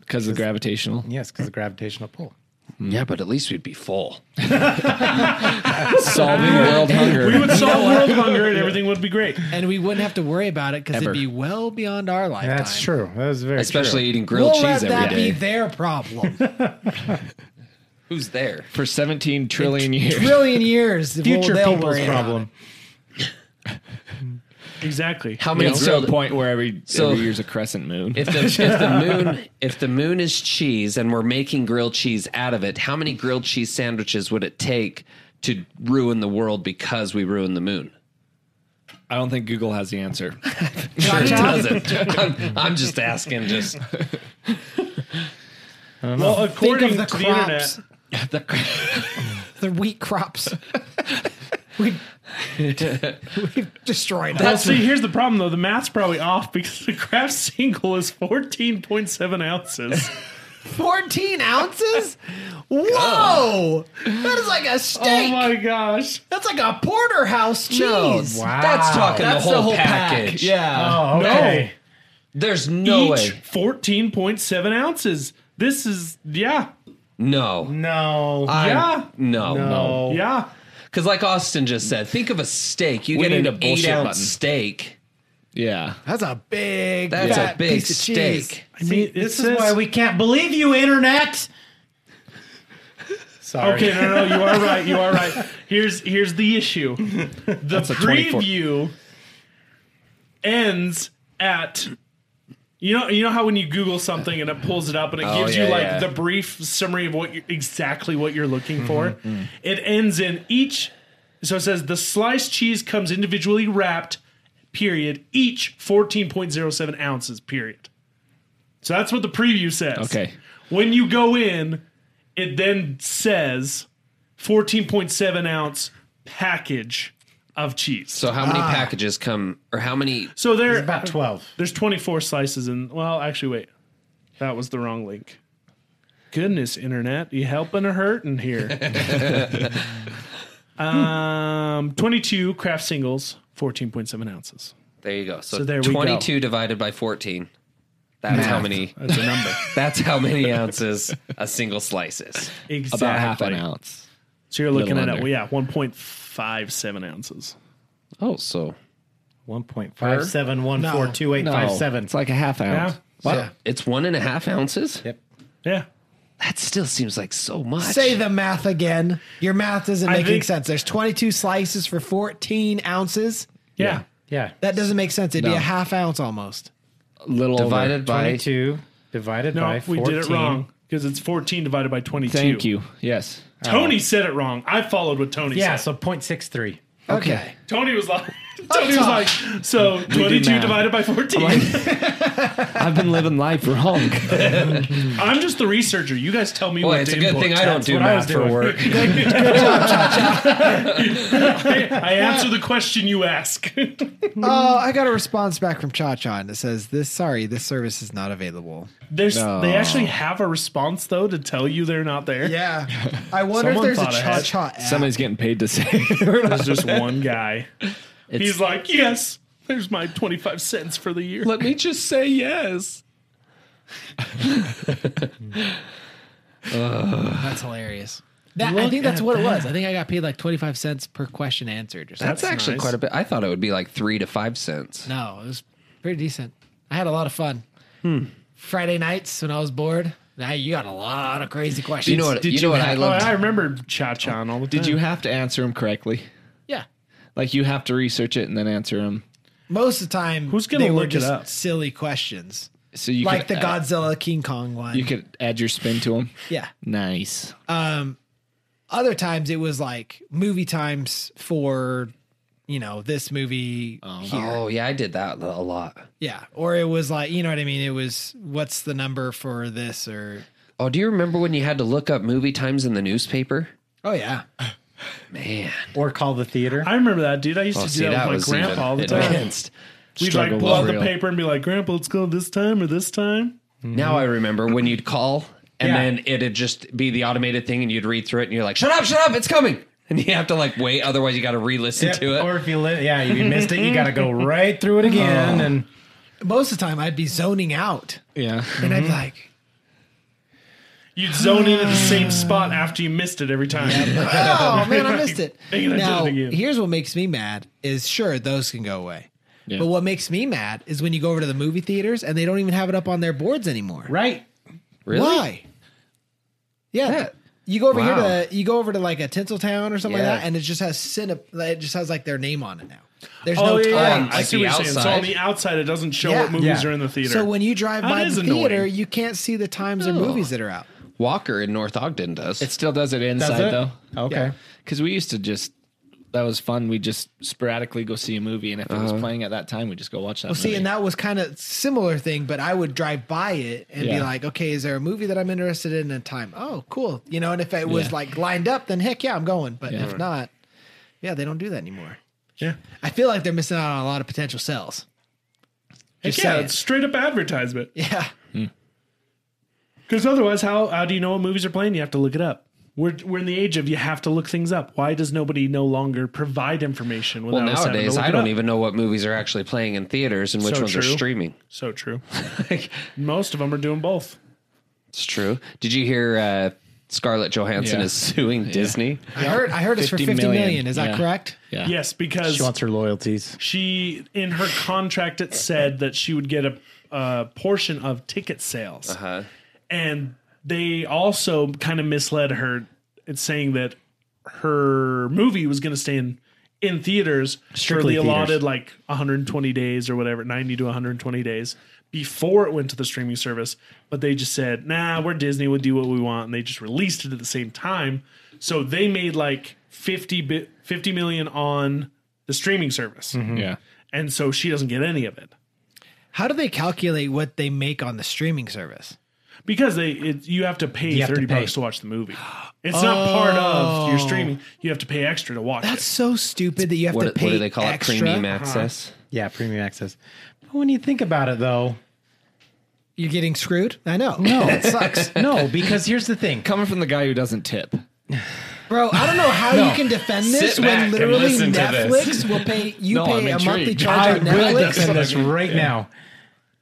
C: Because of gravitational.
B: Yes, because of gravitational pull.
A: Yeah, but at least we'd be full.
C: Solving world hunger.
E: We would solve world hunger and everything would be great.
D: And we wouldn't have to worry about it because it'd
C: Ever.
D: be well beyond our lifetime.
B: That's true. That was very
A: Especially
B: true.
A: eating grilled
D: We'll
A: cheese
D: let that
A: every day.
D: be their problem.
A: Who's there?
C: For 17 trillion years.
D: Trillion years.
B: future
D: they'll
B: people's
D: worry about
B: problem.
E: Exactly.
A: How many?
C: It's
A: so
C: to a
A: th-
C: point where every,
A: so-
C: every year's a crescent moon.
A: if the if the moon if the moon is cheese and we're making grilled cheese out of it, how many grilled cheese sandwiches would it take to ruin the world because we ruined the moon?
C: I don't think Google has the answer.
A: Sure it doesn't. I'm, I'm just asking. Just
E: Well,
D: Think
E: according
D: of the
E: to the
D: crops.
E: internet,
D: The, wheat crops. we, we've destroyed
E: well,
D: that.
E: see, here's the problem though. The math's probably off because the craft single is 14.7 ounces.
D: 14 ounces? Whoa! That is like a
E: oh
D: steak.
E: my gosh.
D: That's like a porterhouse cheese.
B: Wow.
A: that's talking
D: That's
A: the whole, package.
D: pack. Yeah.
B: Oh, okay.
A: There's no
E: each
A: way.
E: 14.7 ounces. This is, yeah,
A: No.
B: No.
A: I'm-
E: Yeah.
A: No. No.
E: yeah.
A: Because like Austin just said, think of a steak. You
C: We
A: get an
C: need a bullshit
A: eight ounce
C: button.
A: steak.
C: Yeah.
D: That's a big
A: That's
D: fat
A: a big
D: piece of cheese.
A: steak.
E: I mean, it
B: This
E: says-
B: is why we can't believe you, internet. Sorry.
E: Okay, no, no, you are right. You are right. Here's here's the issue. The
C: a 24.
E: preview ends at You know, you know how when you Google something and it pulls it up and it
A: Oh,
E: gives
A: yeah,
E: you like
A: yeah.
E: the brief summary of what you exactly what you're looking for. It ends in each. So it says the sliced cheese comes individually wrapped. Period. Each 14.07 ounces. Period. So that's what the preview says.
C: Okay.
E: When you go in, it then says 14.7 ounce package of cheese.
A: So how
D: Ah.
A: many packages come, or how many?
E: So there,
B: About 12.
E: there's 24 slices in. Well, actually, wait, that was the wrong link. Goodness, internet, you helping or hurting here? um, 22 craft singles, 14.7 ounces.
A: There you go. So,
E: So there we go.
A: 22 divided by 14. That's how many.
E: That's a number.
A: That's how many ounces a single slice is.
E: exactly.
C: About half an ounce.
E: So you're looking at
C: Little
E: it. Well,
C: under.
E: yeah, 1.57 ounces.
A: Oh, so
B: 1.5714285.7.
C: It's like a half ounce.
A: wow, it's one and a half ounces.
B: Yep.
E: Yeah.
A: That still seems like so much.
D: Say the math again. Your math isn't making
E: think-
D: sense. There's 22 slices for 14 ounces.
E: Yeah.
B: Yeah.
D: That doesn't make sense. It'd be
C: No.
D: a half ounce almost.
C: Little
A: divided by
B: 22 divided by
E: No,
B: 14.
E: we did it wrong because it's 14 divided by 22.
C: Thank you. Yes.
E: Tony said it wrong. I followed what Tony
B: Yeah,
E: said.
B: so 0.63.
D: Okay.
E: Tony was like, Tony was like, so 22
C: math.
E: divided by 14.
C: I've been living life wrong.
E: I'm just the researcher. You guys tell me
A: Boy,
E: what
A: it's
E: to
A: a good
E: input.
A: thing I don't
B: That's
A: do
B: what I was
A: math for
B: doing.
A: work.
E: I, I answer the question you ask.
D: Oh, I got a response back from Cha Cha and it says, This sorry, this service is not available.
E: There's, They actually have a response though to tell you they're not there.
D: Yeah. I wonder
E: Someone
D: if there's
E: thought
D: a Cha
E: ahead.
D: Cha app.
C: Somebody's getting paid to say.
E: There's just one guy. He's like, yes. There's my 25 cents for the year.
C: Let me just say yes.
D: That's hilarious. That, I think that's what it was. I think I got paid like 25 cents per question answered or something.
A: That's actually quite a bit. I thought it would be like three to five cents.
D: No, it was pretty decent. I had a lot of fun.
E: Hmm.
D: Friday nights when I was bored. Now you got a lot of crazy questions.
A: You know what? you know what I
E: Oh,
A: loved.
E: I remember Cha Cha all the time.
C: Did you have to answer them correctly?
D: Yeah.
C: Like you have to research it and then answer them.
D: Most of the time,
E: Who's gonna
D: they were
E: look it
D: just
E: up?
D: silly questions,
C: So you
D: like the
C: could, add-
D: Godzilla King Kong one.
C: You could add your spin to them.
D: yeah.
C: Nice.
D: Um, Other times it was like movie times for, you know, this movie here.
A: oh yeah, I did that a lot.
D: Yeah. Or it was like, you know what I mean? It was what's the number for this or.
A: Oh, do you remember when you had to look up movie times in the newspaper?
D: Oh yeah.
A: Man,
B: Or call the theater.
E: I remember that, dude. I used
A: oh,
E: to
A: see
E: do
A: that,
E: that with
A: was
E: my grandpa
A: even
E: all the time.
A: advanced.
E: We'd like
C: Struggle
E: pull
C: was
E: out the
C: real.
E: paper and be like, Grandpa, let's go this time or this time.
A: Now I remember when you'd call and
B: Yeah.
A: then it'd just be the automated thing and you'd read through it and you're like, shut up, shut up, it's coming. And you have to like wait, otherwise you got to re listen
B: Yep,
A: to it.
B: Or if you li- yeah, if you missed it, you got to go right through it again. And
D: Most of the time I'd be zoning out,
C: Yeah.
D: and I'd be like,
E: You'd zone into the same spot after you missed it every time.
D: oh man, I missed it.
E: Dang it, I did
D: now,
E: it again.
D: here's what makes me mad is sure those can go away.
C: Yeah.
D: But what makes me mad is when you go over to the movie theaters and they don't even have it up on their boards anymore.
B: right,
A: Really?
D: Why? Yeah. you go over
A: Wow.
D: here to you go over to like a Tinseltown or something
A: Yeah.
D: like that, and it just has cine, it just has like their name on it now. There's
E: Oh,
D: no
E: yeah, yeah.
D: time.
E: I
A: Like
E: see
A: the
E: what you're saying. So
A: outside.
E: on the outside, it doesn't show
D: Yeah.
E: what movies
B: Yeah.
E: are in the theater.
D: So when you drive
E: That
D: by
E: is
D: the
E: annoying.
D: theater, you can't see the times
A: Oh.
D: or movies that are out.
A: Walker in North Ogden does.
C: It still does it inside
B: it?
C: though.
B: Okay.
C: Because we used to just that was fun. We just sporadically go see a movie, and if it was playing at that time, we just go watch that.
D: Well, see,
C: movie.
D: and that was kind of similar thing, but I would drive by it and be
C: Yeah.
D: like, okay, is there a movie that I'm interested in in time? Oh, cool. You know, and if it was
C: Yeah.
D: like lined up, then heck yeah, I'm going. But if not, yeah, they don't do that anymore. Yeah. I feel like they're missing out on a lot of potential sales.
E: Heck
D: Just
E: yeah,
D: saying.
E: it's straight up advertisement.
D: Yeah.
E: Because otherwise, how how do you know what movies are playing? You have to look it up. We're we're in the age of you have to look things up. Why does nobody no longer provide information?
A: well,
E: Without us having to
A: nowadays
E: look
A: I
E: it
A: don't
E: up?
A: even know what movies are actually playing in theaters and which
E: So
A: ones are
E: true.
A: streaming.
E: So true. Most of them are doing both.
A: It's true. Did you hear uh, Scarlett Johansson
C: Yeah.
A: is suing Disney?
D: I heard I heard it's for
C: 50
D: fifty million.
C: million.
D: Is that
C: Yeah.
D: correct?
C: yeah.
E: Yes, because
B: she wants her loyalties.
E: she in her contract it said that she would get a, a portion of ticket sales and they also kind of misled her in saying that her movie was going to stay in in theaters
B: Strictly
E: for the
B: theaters.
E: allotted like 120 days or whatever 90 to 120 days before it went to the streaming service, but they just said, nah, we're Disney, we'll do what we want. And they just released it at the same time. So they made like 50, bi- 50 million on the streaming service.
B: Mm-hmm.
C: Yeah.
E: And so she doesn't get any of it
D: How do they calculate what they make on the streaming service?
E: because they it, you have to pay
B: You have to
E: 30
B: pay. Oh.
E: bucks to watch the movie. It's not part of your streaming. You have to pay extra to watch
D: That's so stupid that you have
A: What,
D: to
A: what
D: pay
A: do they call
D: extra.
A: it? Premium access.
B: Yeah, premium access. But when you think about it, though,
D: You're getting screwed. I know. No, that sucks,
B: no, because here's the thing.
C: Coming from the guy who doesn't tip.
D: bro. I don't know how you can defend this
A: Sit back
D: when
A: and
D: literally
A: listen to this.
D: Netflix will pay you
C: No, I'm
D: pay a
C: intrigued.
D: monthly
B: I
D: charge on
B: will
D: Netflix.
B: defend this right now.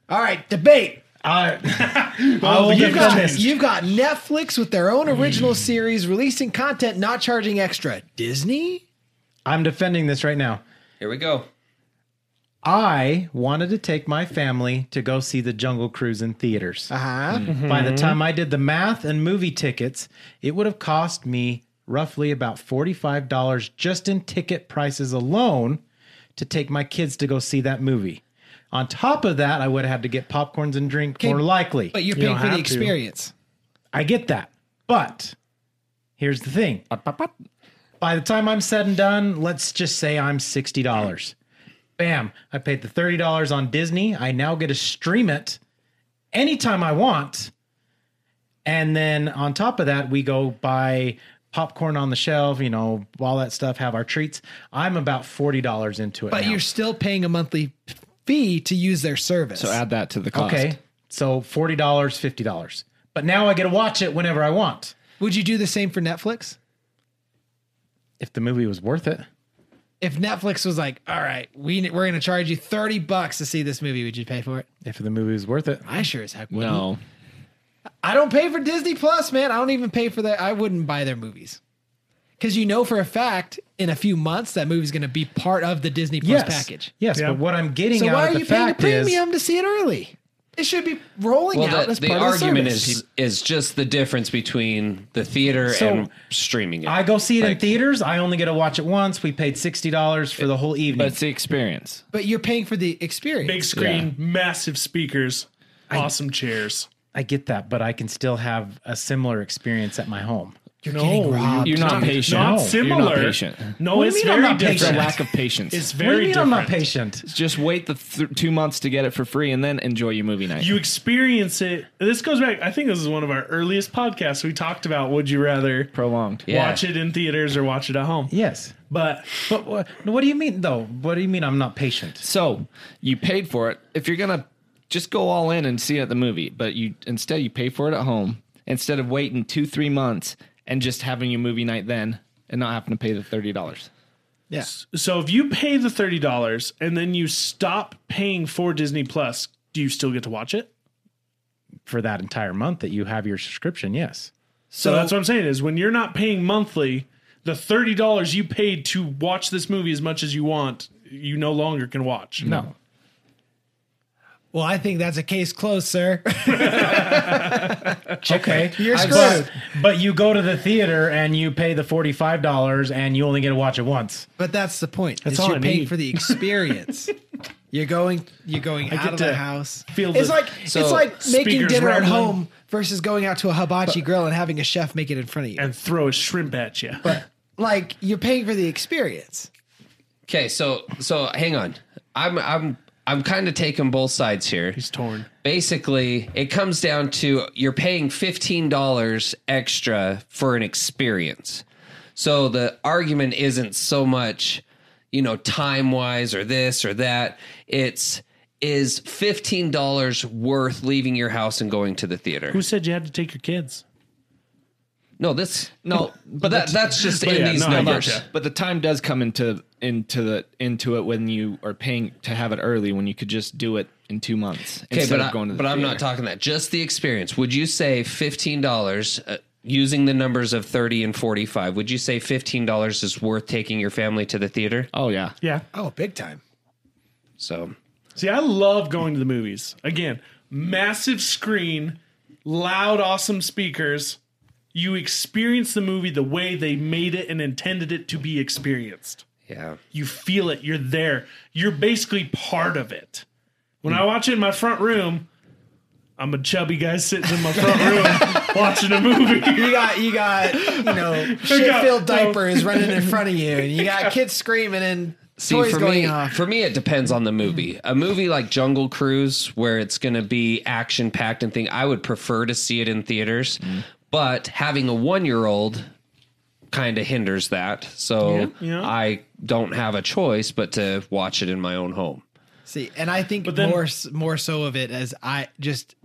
D: All right, debate.
B: I, I
E: Well,
B: will
E: you've
B: defend
E: got-
B: this.
D: You've got Netflix with their own original series releasing content, not charging extra. Disney?
B: I'm defending this right now.
A: Here we go.
B: I wanted to take my family to go see the Jungle Cruise in theaters.
D: Uh huh.
B: By the time I did the math and movie tickets, it would have cost me roughly about $45 just in ticket prices alone to take my kids to go see that movie. On top of that, I would have had to get popcorns and drink more likely.
D: But you're
E: You
D: paying
E: don't
D: for the
E: have to.
D: experience.
B: I get that. But here's the thing. By the time I'm said and done, let's just say I'm $60. Bam, I paid the $30 on Disney. I now get to stream it anytime I want. And then on top of that, we go buy popcorn on the shelf, you know, all that stuff, have our treats. I'm about $40 into it.
D: But
B: now.
D: you're still paying a monthly fee to use their service.
C: So add that to the cost.
B: okay. So $40, $50. But now I get to watch it whenever I want.
D: Would you do the same for Netflix?
B: If the movie was worth it.
D: If Netflix was like, all right, we, we're going to charge you 30 bucks to see this movie, would you pay for it?
B: if the movie was worth it.
D: I sure as heck would.
C: No.
D: I don't pay for Disney Plus, man. I don't even pay for that. I wouldn't buy their movies. Because you know for a fact, in a few months, that movie's going to be part of the Disney Plus package.
B: Yes,
E: Yeah.
B: but what I'm getting
D: So
B: out
D: why
B: of
D: are
B: the
D: you paying a
B: fact is,
D: premium to see it early? It should be rolling
A: Well,
D: out
A: the,
D: as
A: the
D: part of the
A: argument
D: service.
A: is is just the difference between the theater
B: So,
A: and streaming it.
B: I go see it in
A: Like,
B: theaters. I only get to watch it once. We paid sixty dollars for the whole
C: But
B: evening.
C: it's the experience.
D: but you're paying for the
E: it. Big
D: experience.
E: screen, massive speakers, awesome chairs.
B: I get that, but I can still have a similar experience at my home.
D: You're getting robbed.
C: You're not
E: Not
C: patient.
E: Not
C: No,
E: similar.
C: You're not patient.
E: No,
B: What do you
E: it's
B: mean I'm
E: very
B: not patient?
E: different.
C: It's a lack of patience.
E: It's
B: What do you
E: very
B: mean
E: different.
B: I'm not patient?
C: just wait the th- two months to get it for free and then enjoy your movie night.
E: You experience it. This goes back. I think this is one of our earliest podcasts. We talked about would you rather
C: prolonged.
A: Yeah.
E: watch it in theaters or watch it at home.
B: Yes,
E: But
B: but what, what do you mean though? What do you mean I'm not patient?
C: So you paid for it. If you're gonna just go all in and see it at the movie, but you instead you pay for it at home instead of waiting two three months and just having your movie night then and not having to pay the thirty dollars.
D: yeah.
E: so if you pay the thirty dollars and then you stop paying for Disney Plus, do you still get to watch it?
B: For that entire month that you have your subscription, yes.
E: So, that's what I'm saying is when you're not paying monthly, the thirty dollars you paid to watch this movie as much as you want, you no longer can watch.
B: No,
D: Well, I think that's a case closed, sir.
B: okay,
D: You're
B: I-
D: screwed.
B: But, but you go to the theater and you pay the forty five dollars and you only get to watch it once.
D: But that's the point. That's
E: all
D: you're
E: I
D: paying
E: need.
D: for the experience. you're going you're going out
E: get
D: of the
E: to
D: house.
E: feel
D: it's
E: the-
D: like it's like making
E: speakers
D: dinner at
E: rumbling.
D: home versus going out to a hibachi grill and having a chef make it in front of you.
E: And throw a shrimp at you.
D: like you're paying for the experience.
A: Okay, so so hang on. I'm I'm I'm kind of taking both sides here.
E: He's torn.
A: Basically, it comes down to you're paying $15 extra for an experience. So the argument isn't so much, you know, time-wise or this or that. It's is $15 worth leaving your house and going to the theater?
E: Who said you had to take your kids?
A: no, this no, but that that's just in
E: yeah,
A: these
E: no, I get
A: numbers.
E: ya.
C: But the time does come into into the into it when you are paying to have it early when you could just do it in two months
A: Okay,
C: instead
A: but,
C: of
A: I,
C: going to the
A: but I'm not
C: theater.
A: talking that. Just the experience. Would you say fifteen dollars, uh, using the numbers of thirty and forty-five? Would you say fifteen dollars is worth taking your family to the theater?
C: Oh yeah.
E: Yeah.
D: Oh, big time.
A: So
E: See, I love going to the movies. Again, massive screen, loud, awesome speakers. You experience the movie the way they made it and intended it to be experienced.
A: yeah,
E: You feel it. You're there. You're basically part of it. When I watch it in my front room, I'm a chubby guy sitting in my front room watching a movie.
D: You got you got you know shit filled diapers running in front of you, and you got kids screaming and
A: See,
D: toys
A: for
D: going
A: me,
C: uh,
D: off.
A: for me, it depends on the movie. A movie like Jungle Cruise, where it's going to be action packed and thing, I would prefer to see it in theaters.
C: Mm-hmm.
A: But having a one year old kind of hinders that, so
E: Yeah.
A: I don't have a choice but to watch it in my own home.
D: See, and I think
E: then-
D: more s- more so of it as I just,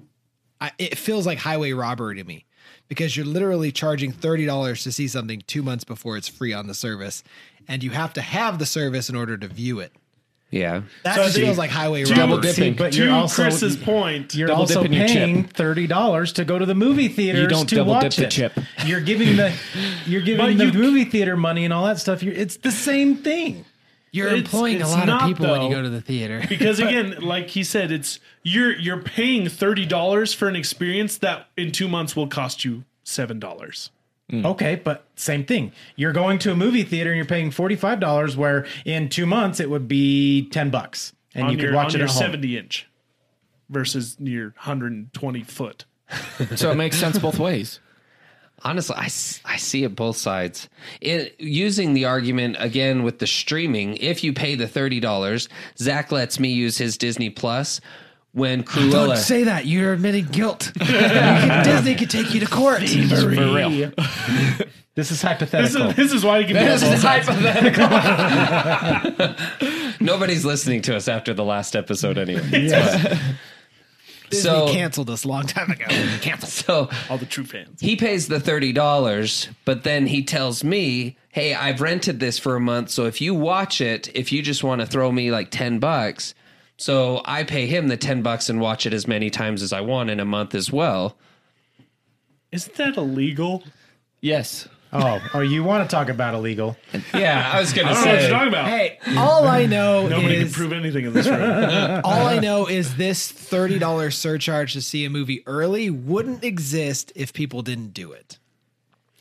D: I, it feels like highway robbery to me because you're literally charging thirty dollars to see something two months before it's free on the service, and you have to have the service in order to view it.
A: Yeah,
D: That
E: So
D: just
E: see-
D: feels like highway
E: Dude,
D: robbery.
C: Double dipping.
B: but
E: to
B: you're also
E: Chris's point,
B: you're
C: Double
B: also
C: dipping your chip.
B: paying thirty dollars to go to the movie theater.
C: You don't
B: to
C: double
B: watch
C: dip the
B: it.
C: chip.
B: You're giving the you're
E: But
B: giving the
E: you c-
B: movie theater money and all that stuff. You're, it's the same thing.
D: You're
E: It's-
D: employing
E: it's
D: a lot
E: not,
D: of people when
E: though.
D: you go to the theater.
E: because again, like he said, it's you're you're paying thirty dollars for an experience that in two months will cost you seven dollars.
B: Okay, but same thing. You're going to a movie theater and you're paying forty five dollars, where in two months it would be ten bucks, and
E: on
B: you
E: your,
B: could watch
E: on
B: it
E: your
B: at home.
E: 70 inch versus your 120 foot.
C: So it makes sense both ways.
A: honestly I, s- I see it both sides it, using the argument again with the streaming if you pay the $30 zach lets me use his disney plus when
C: uh,
D: Don't
A: cruella
D: say that. You're admitting guilt. You can- Disney could take you to court.
C: For real.
B: This is
E: This
B: hypothetical.
E: is, this is why you can be on both sides.
A: nobody's listening to us after the last episode anyway
D: Disney
A: So-
D: canceled us a long time ago. Canceled.
A: so
E: All the true fans.
A: he pays the $30 but then he tells me hey i've rented this for a month so if you watch it if you just want to throw me like 10 bucks so i pay him the 10 bucks and watch it as many times as i want in a month as well
E: Isn't that illegal?
C: Yes.
B: oh, oh, you want to talk about illegal?
A: yeah i was gonna
E: I don't know what you're talking about.
D: Hey, all I know
E: Nobody
D: is
E: can prove anything in this room.
D: All I know is this $30 surcharge to see a movie early wouldn't exist if people didn't do it.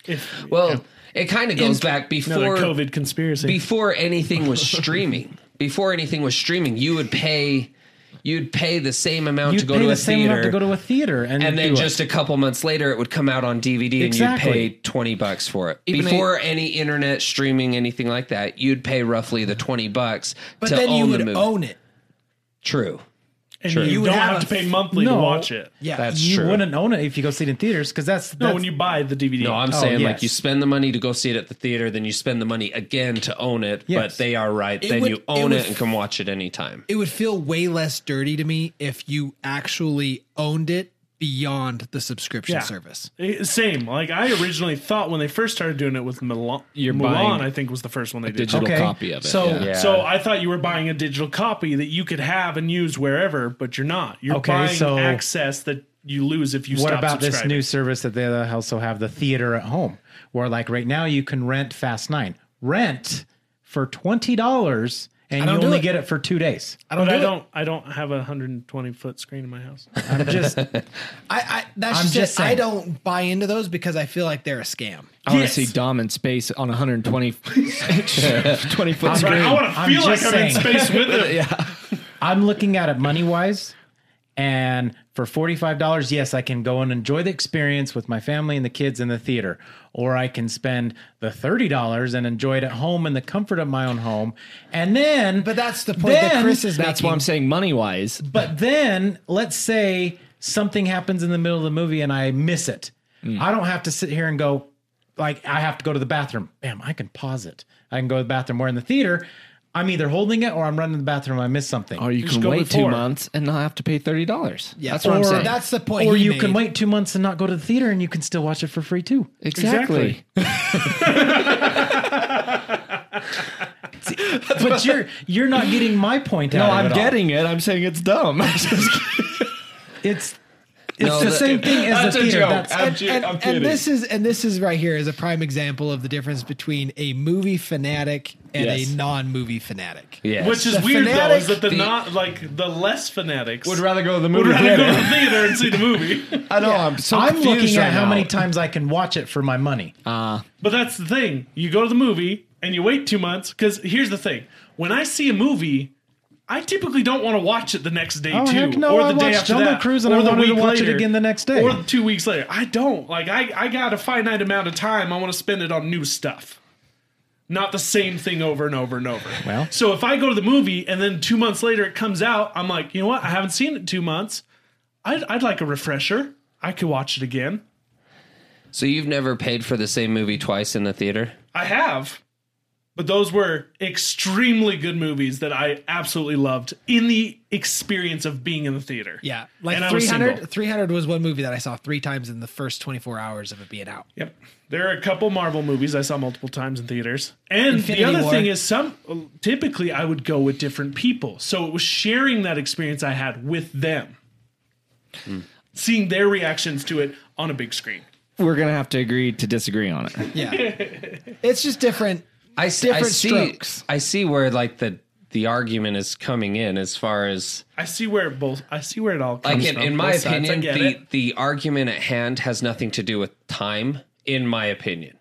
E: if,
A: Well, it kind of goes back
E: another
A: before
E: COVID conspiracy.
A: before anything was streaming. Before anything was streaming, you would pay you'd pay the same amount
B: You
A: to go
B: pay
A: to a
B: the same
A: theater.
B: amount to go to a theater, and,
A: and
B: do
A: then
B: it.
A: just a couple months later, it would come out on DVD,
B: Exactly.
A: and you'd pay twenty bucks for it.
D: Even
A: Before any internet streaming, anything like that, you'd pay roughly the twenty bucks
D: But
A: to
D: then
A: own
D: you
A: the
D: would
A: movie.
D: own it.
A: True.
E: and
A: Sure.
E: you,
D: You would
E: don't
D: have
E: have,
D: a-
E: to pay monthly
B: No.
E: to watch it.
D: Yeah.
A: That's
B: you
A: true.
B: wouldn't own it if you go see it in theaters because that's,
E: No,
B: that's-
E: when you buy the DVD.
A: No, I'm
B: Oh,
A: saying like
B: yes.
A: you spend the money to go see it at the theater, then you spend the money again to own it.
B: Yes.
A: But they are right.
D: It
A: then
D: would-
A: you
D: it
A: own
D: would
A: it and can watch it anytime.
D: It would feel way less dirty to me if you actually owned it beyond the subscription
E: Yeah.
D: service.
E: Eh, Same. Like I originally thought when they first started doing it with Milan,
C: You're
E: Milan
C: buying
E: I think was the first one they did.
C: Digital
B: Okay.
C: copy of it.
E: So,
C: yeah.
E: so I thought you were buying a digital copy that you could have and use wherever, but you're not. You're
B: Okay,
E: buying
B: so-
E: access that you lose if you
B: what
E: stop
B: about this
E: subscribing.
B: new service that they also have the theater at home where like right now you can rent fast nine rent for $20
D: I
B: and you
D: don't do
B: only
D: it.
B: get it for two days
D: I don't
E: But
D: do
E: I
D: it.
E: don't. I don't have a 120 foot screen in my house.
B: i'm just
D: I, I, that's
B: I'm
D: just, it.
B: just
D: I
B: saying.
D: don't buy into those because I feel like they're a scam.
C: I want
E: Yes.
C: to see Dom in space on 120 20 foot
E: Right,
C: screen.
E: I want to
B: I'm
E: feel like
B: just
E: I'm in
B: saying.
E: space with him.
B: i'm looking at it money wise and for $45 yes i can go and enjoy the experience with my family and the kids in the theater or i can spend the $30 and enjoy it at home in the comfort of my own home and then
D: But that's the point that
B: Then-
D: Chris is
C: That's
D: making.
C: why I'm saying money wise.
B: But then let's say something happens in the middle of the movie and I miss it.
D: Mm.
B: I don't have to sit here and go, like, I have to go to the bathroom. Bam, I can pause it. I can go to the bathroom. Where in the theater, I'm either holding it or I'm running to the bathroom. I miss something.
C: Or you
E: Just
C: can
E: go
C: wait
E: with
C: two
E: four.
C: months and not have to pay $30.
D: Yeah.
C: That's what I'm
D: Or
C: saying.
D: That's the point.
B: Or
D: he
B: you can
D: made.
B: wait two months and not go to the theater and you can still watch it for free too.
C: exactly.
B: But you're you're not getting my point out.
C: No,
B: of
C: I'm
B: it all.
C: getting it. I'm saying it's dumb.
B: it's it's
A: No,
B: the
A: that-
B: same thing as
C: that's
B: the
C: a
B: theater.
C: joke.
B: That's-
C: I'm
D: and,
C: ju-
D: and-
C: I'm
D: and
C: kidding.
D: this is and this is right here is a prime example of the difference between a movie fanatic and
C: Yes.
D: a non-movie fanatic.
A: Yeah.
E: Which is
D: The
E: weird though,
D: fanatic-
E: is that the,
A: the-
E: not like the less fanatics
C: Would rather go to the
E: would
C: movie.
E: rather go to
C: theater.
E: the theater and see the movie.
C: I know. I'm so
B: I'm looking
C: confused
B: at
C: right
B: how
C: now.
B: many times I can watch it for my money.
E: But that's the thing. You go to the movie and you wait two months because here's the thing: when I see a movie, I typically don't want to watch it the next day
B: Oh,
E: too,
B: heck no,
E: or the
B: I
E: day
B: watched
E: after
B: Jungle
E: that,
B: Cruise and
E: or
B: I
E: the
B: wanted to
E: week
B: watch it
E: later,
B: again the next day.
E: or two weeks later. I don't like. I I got a finite amount of time. I want to spend it on new stuff, not the same thing over and over and over.
B: Well.
E: so if I go to the movie and then two months later it comes out, I'm like, you know what? I haven't seen it in two months. I'd I'd like a refresher. I could watch it again.
A: So you've never paid for the same movie twice in the theater?
E: I have. But those were extremely good movies that I absolutely loved in the experience of being in the theater.
D: Yeah, like
E: And I was
D: 300.
E: single.
D: 300 was one movie that I saw three times in the first 24 hours of it being out.
E: Yep. There are a couple Marvel movies I saw multiple times in theaters. And
D: Infinity
E: the other
D: War.
E: thing is some typically I would go with different people. So it was sharing that experience I had with them.
A: Hmm.
E: Seeing their reactions to it on a big screen.
C: We're gonna have to agree to disagree on it.
D: Yeah, it's just different.
A: I, s- I
D: Different
A: see.
D: strokes.
A: I see where like the the argument is coming in as far as
E: I see where it both I see where it all comes
A: like in,
E: from.
A: in my
E: both sides. I
A: opinion
E: get
A: the
E: it.
A: the argument at hand has nothing to do with time in my opinion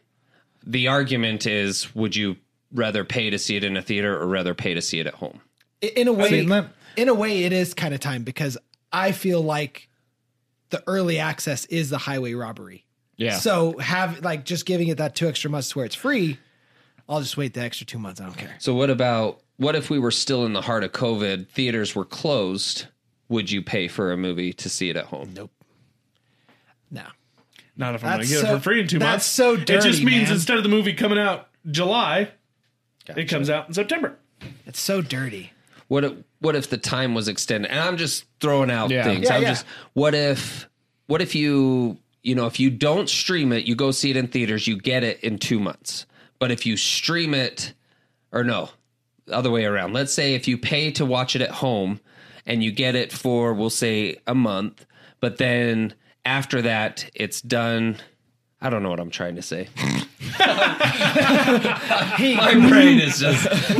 A: the argument is would you rather pay to see it in a theater or rather pay to see it at home
D: I- In a way,
B: mean, let-
D: in a way, it is kind of time because I feel like the early access is the highway robbery.
C: Yeah.
D: So have like just giving it that two extra months to where it's free. I'll just wait the extra two months. I don't care.
A: so what about what if we were still in the heart of covid theaters were closed would you pay for a movie to see it at home nope
D: No.
E: Not if I'm going to
D: That's
E: get it
D: so-
E: for free in two
D: that's
E: months.
D: so
E: It just
D: dirty,
E: means
D: man.
E: instead of the movie coming out July, it comes out in September.
D: It's so dirty.
A: what if, what if the time was extended and i'm just throwing out
C: Yeah.
A: things
D: Yeah,
A: i'm
D: yeah.
A: just what if what if you you know if you don't stream it you go see it in theaters you get it in two months but if you stream it or no other way around let's say if you pay to watch it at home and you get it for we'll say a month but then after that it's done i don't know what i'm trying to say my brain is just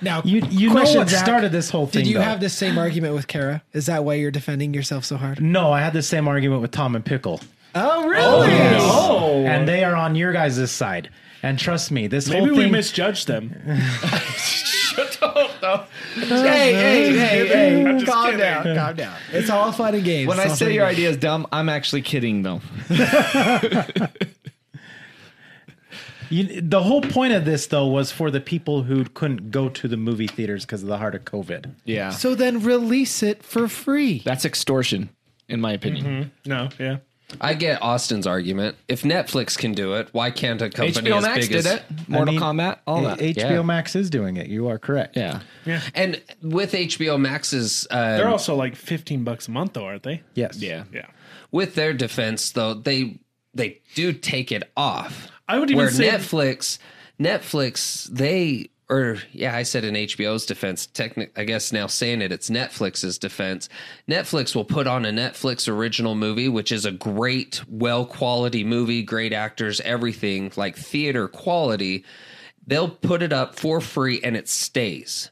D: Now
B: You you know
D: question,
B: what
D: Zach.
B: started this whole thing?
D: Did you
B: though.
D: have this same argument with Kara? Is that why you're defending yourself so hard?
B: No, I had the same argument with Tom and Pickle,
D: Oh, really?
E: Oh,
B: and they are on your guys' side. And trust me, this
E: maybe
B: whole
E: we
B: thing.
E: misjudged them.
D: Hey, hey, hey,
E: I'm
D: hey!
E: just
D: Calm
E: kidding.
D: down, calm down. It's all fun and games.
C: When
D: It's
C: I
D: all
C: say
D: fun
C: your
D: and
C: idea is dumb, I'm actually kidding though.
B: You, the whole point of this, though, was for the people who couldn't go to the movie theaters because of the heart of COVID.
C: Yeah.
D: games. so then release it for free.
C: That's extortion, in my opinion.
D: Mm-hmm.
E: No, yeah.
A: I get Austin's argument. If Netflix can do it, why can't a company
C: HBO
A: as
C: Max
A: big as
C: did it. Mortal
B: I mean,
C: Kombat, all
B: H-
C: that.
B: HBO
A: Yeah.
B: Max is doing it. You are correct.
C: yeah.
A: And with HBO Max's, uh,
E: They're also like 15 bucks a month though, aren't they?
B: Yes.
C: Yeah.
E: Yeah.
A: with their defense though, they they do take it off.
E: I would even
A: where
E: say-
A: Netflix, Netflix, they or yeah, I said in HBO's defense. Techni- I guess now saying it, it's Netflix's defense. Netflix will put on a Netflix original movie, which is a great, well quality movie, great actors, everything like theater quality. They'll put it up for free and it stays.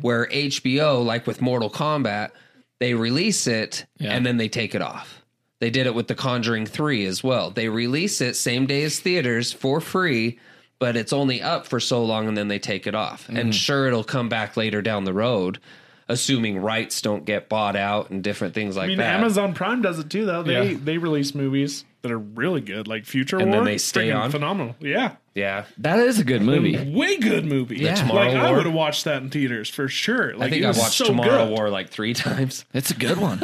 A: Where HBO, like with Mortal Kombat, they release it and then they take it off. They did it with The Conjuring 3 as well. They release it same day as theaters for free, but it's only up for so long and then they take it off.
C: Mm.
A: And sure, it'll come back later down the road, assuming rights don't get bought out and different things like
E: I mean,
A: that.
E: Amazon Prime does it too though. They
C: Yeah.
E: they release movies that are really good, like Future
A: And
E: War.
A: then they stay
E: Freaking
A: on?
E: Phenomenal. Yeah.
A: yeah.
C: That is a good movie.
E: Way good movie. Yeah.
A: Tomorrow
E: like I
A: War.
E: would have watched that in theaters for sure. Like
A: I think
E: it
A: I
E: was
A: watched
E: so
A: Tomorrow
E: good.
A: War like three times.
C: It's a good one.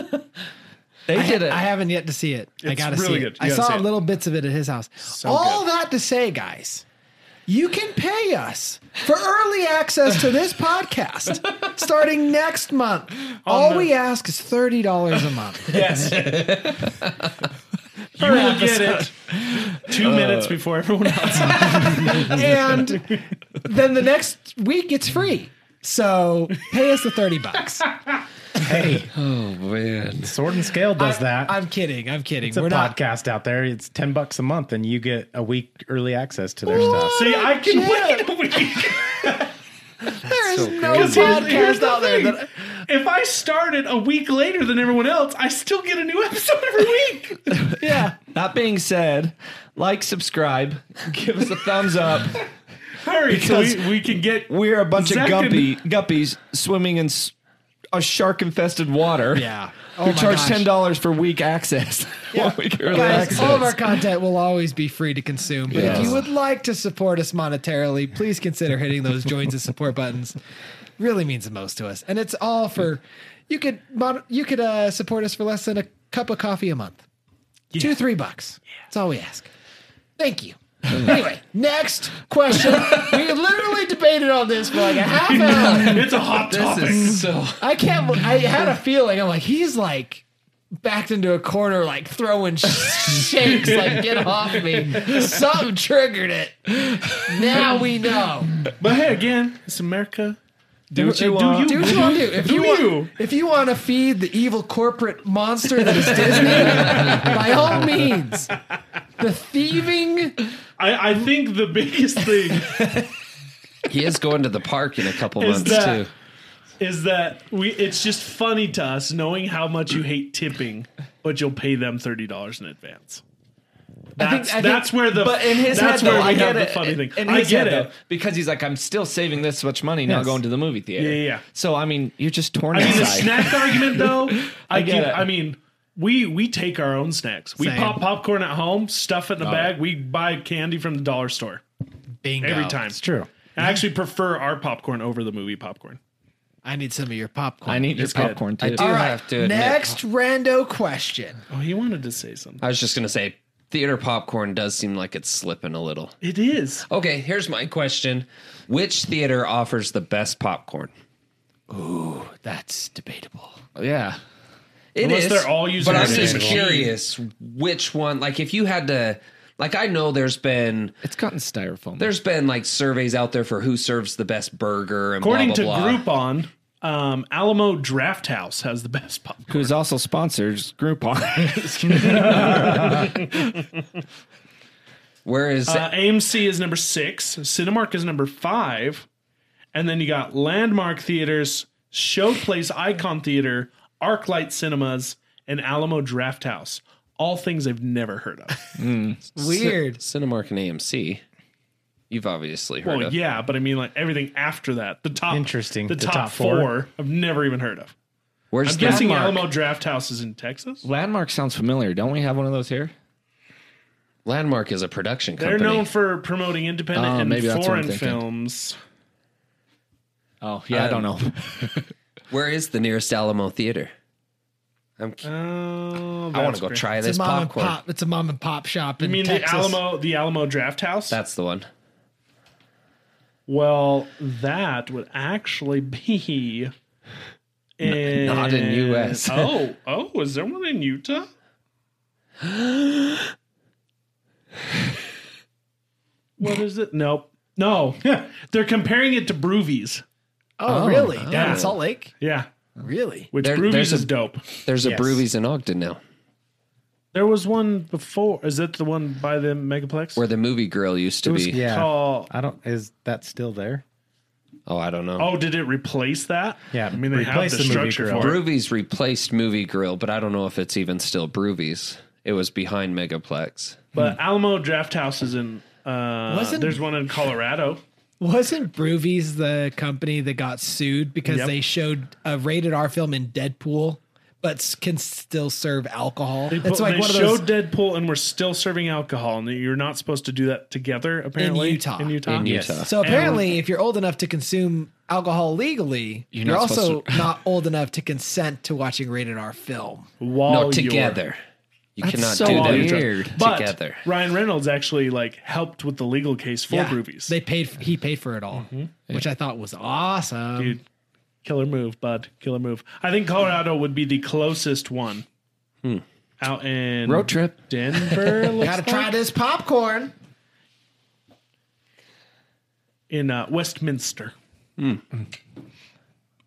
A: They
D: I,
A: did it.
D: I haven't yet to see it. I
E: It's
D: gotta
E: really
D: see it.
E: good. You
D: I
E: gotta
D: saw
E: see it.
D: little bits of it at his house. All
E: good.
D: that to say, guys, you can pay us for early access to this podcast starting next month.
E: Oh,
D: All we ask is thirty dollars a month.
E: Yes. you will get it two minutes
A: Uh.
E: before everyone else.
D: and then the next week it's free. So pay us the thirty bucks.
B: Hey,
A: oh, man.
B: Sword and Scale does that.
D: I'm kidding. I'm kidding.
B: it's a
D: We're not.
B: podcast out there. It's ten bucks a month, and you get a week early access to their stuff.
E: See, I can wait a week.
D: There is no
E: Because here's- here's
D: podcast
E: the
D: out there
E: thing.
D: that
E: if I started a week later than everyone else, I still get a new episode every week.
C: That being said, like, subscribe, give us a thumbs up.
E: Alright, so
C: Because
E: we, we can get
C: We're a bunch
E: Zach
C: of
E: and-
C: guppy guppies swimming in s- a shark infested water.
D: Yeah. Oh
C: who
D: my
C: charge
D: gosh.
C: ten dollars for week access? One week early
D: Guys,
C: access.
D: all of our content will always be free to consume, but
C: Yes.
D: if you would like to support us monetarily, please consider hitting those joins and support buttons. Really means the most to us, and it's all for you could mon- you could uh, support us for less than a cup of coffee a month, two three bucks. That's all we ask. Thank you. anyway, next question. we literally debated on this for like a half hour.
E: It's a hot topic.
A: so
D: I can't. I had a feeling. I'm like, he's like backed into a corner, like throwing sh- shakes, like get off me. Something triggered it. Now we know.
E: But hey, again, it's America.
C: do what you
E: do
C: want.
D: Do what you want to do. If you
E: Do
D: want,
E: you?
D: if you want to feed the evil corporate monster that is Disney, by all means. The thieving.
E: I, I think the biggest thing
A: he is going to the park in a couple
E: Is
A: months
E: that-
A: too.
E: is that we it's just funny to us knowing how much you hate tipping, but you'll pay them thirty dollars in advance. That's
D: I think-
E: that's where the
C: But in his
E: that's
C: head,
E: where we
C: though, I
E: have
C: get
E: the
C: it.
E: funny thing.
C: In
E: I
C: his
E: get
C: head,
E: it.
C: though, because he's like, I'm still saving this much money, not
B: Yes.
C: going to the movie theater.
E: Yeah, yeah, yeah.
C: So I mean, you're just torn
E: I mean the
C: inside.
E: snack argument though. I,
C: get
E: get.
C: it.
E: I mean, we we take our own snacks. We
D: Same.
E: pop popcorn at home, stuff it in the bag. We buy candy from the dollar store
D: Bingo.
E: every time.
B: It's true.
E: I actually prefer our popcorn over the movie popcorn.
D: I need some of your popcorn.
C: I need your
E: It's good.
C: popcorn
A: I
C: too.
A: do have to admit,
D: Next rando question.
E: Oh, he wanted to say something.
A: I was just gonna say theater popcorn does seem like it's slipping a little.
E: It is.
A: Okay, here's my question: Which theater offers the best popcorn?
D: That's debatable.
C: yeah.
A: It
E: Unless
A: is,
E: they're all using
A: But I'm
E: the
A: just
E: same
A: curious which one. Like, if you had to, like, I know there's been
C: It's gotten styrofoam.
A: there's been like surveys out there for who serves the best burger and
E: According
A: blah, blah, blah.
E: to Groupon, um, Alamo Draft House has the best popcorn.
C: Who's also sponsors Groupon.
A: Where is
E: Uh, AMC is number six. Cinemark is number five. And then you got Landmark Theaters, Showplace Icon Theater, Arclight Cinemas, and Alamo Draft House. All things I've never heard of.
D: Weird.
A: Cinemark and AMC? You've obviously heard
E: well,
A: of.
E: yeah, but I mean, like everything after that, the top
B: Interesting.
E: the, top, 4 four, I've never even heard of.
A: Where's
E: I'm guessing
A: Landmark?
E: Alamo Draft House is in Texas.
C: Landmark sounds familiar. Don't we have one of those here?
A: Landmark is a production
E: They're
A: company.
E: known for promoting independent
C: Oh,
E: and
C: maybe that's what I'm
E: foreign
C: thinking.
E: films.
C: Oh yeah, I don't know.
A: Where is the nearest Alamo Theater? I'm.
E: Uh,
A: cu-
E: Oh,
A: I want
E: that's
A: to go
E: great.
A: try
D: It's
A: this
D: a mom
A: popcorn.
D: and pop. It's a mom and pop shop in
E: You mean
D: Texas.
E: the Alamo, the Alamo Draft House?
A: That's the one.
E: well, that would actually be in,
A: not in US.
E: oh, oh, is there one in Utah? what is it? Nope. No, they're comparing it to Broovies.
D: Oh, really? Down
E: yeah.
D: in Salt Lake?
E: Yeah,
D: Really?
E: which
A: There-
E: Broovies
A: there's a-
E: is dope.
A: There's a
B: Yes.
A: Broovies in Ogden now,
E: There was one before. Is that the one by the Megaplex?
A: where the movie grill used to be.
B: Yeah.
E: Oh,
B: I don't. Is that still there?
A: Oh, I don't know.
E: oh, did it replace that?
B: Yeah,
E: I mean they have
B: replace
E: the,
B: the movie
E: structure
A: Oh,
B: grill.
E: for it.
A: Broovies replaced Movie Grill, but I don't know if it's even still Broovies. It was behind Megaplex.
E: But Alamo Draft House is in. Uh,
D: Wasn't-
E: there's one in Colorado.
D: Wasn't Broovies the company that got sued because
E: Yep.
D: they showed a rated R film in Deadpool, but s- can still serve alcohol?
E: They,
D: It's
E: put-
D: like
E: they
D: one of
E: showed
D: those.
E: Deadpool, and we're still serving alcohol, and you're not supposed to do that together. Apparently,
D: Utah.
E: In Utah.
A: In Utah.
D: So apparently, if you're old enough to consume alcohol legally, you're,
C: not
D: also
C: supposed to-
D: not old enough to consent to watching rated R film.
E: While
A: no,
E: you're-
A: together. You cannot
C: so
A: do that
E: while you're
A: Weird.
E: But
A: together.
E: Ryan Reynolds actually like helped with the legal case for Broovies.
D: They paid. He paid for it all,
C: Mm-hmm.
D: which I thought was awesome.
E: Dude, killer move, bud. Killer move. I think Colorado would be the closest one.
A: Hmm.
E: Out in
C: Road trip.
E: Denver. looks
D: Gotta try
E: like?
D: this popcorn.
E: in uh, Westminster.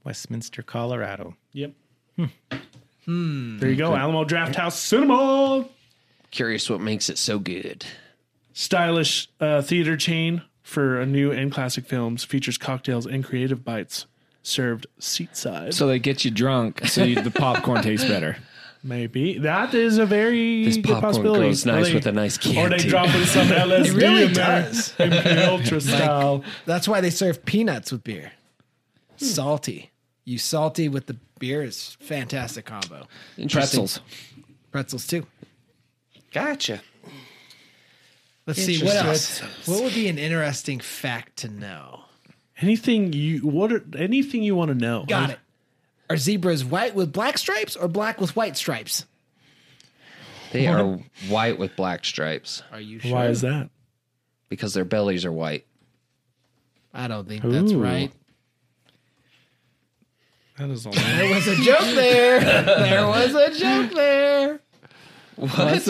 B: Westminster, Colorado.
E: Yep.
D: Hmm.
E: There you
A: Hmm.
E: go. Alamo Draft House Cinema.
A: Curious what makes it so good.
E: Stylish uh, theater chain for a new and classic films features cocktails and creative bites served seat side.
C: So they get you drunk, so you, the popcorn tastes better.
E: Maybe that is a very
A: This
E: good
A: popcorn
E: possibility.
A: goes nice
E: Or
A: with a nice
E: Or
A: candy.
E: they dropping some LSD
D: really
E: in there,
D: does.
E: Imperial Ultra style.
D: That's why they serve peanuts with beer.
C: Hmm.
D: Salty. You salty with the beer is fantastic combo.
A: Interesting.
D: Pretzels too.
A: Gotcha.
D: Let's see what else. What would be an interesting fact to know?
E: Anything you what? Are, anything you want to know?
D: Got it. Are zebras white with black stripes or black with white stripes?
A: They are white with black stripes
D: Are you
E: Why is that?
A: because their bellies are white.
D: I don't think that's
E: Ooh.
D: right.
E: That is all.
D: There was a joke there. there was a joke there.
A: What?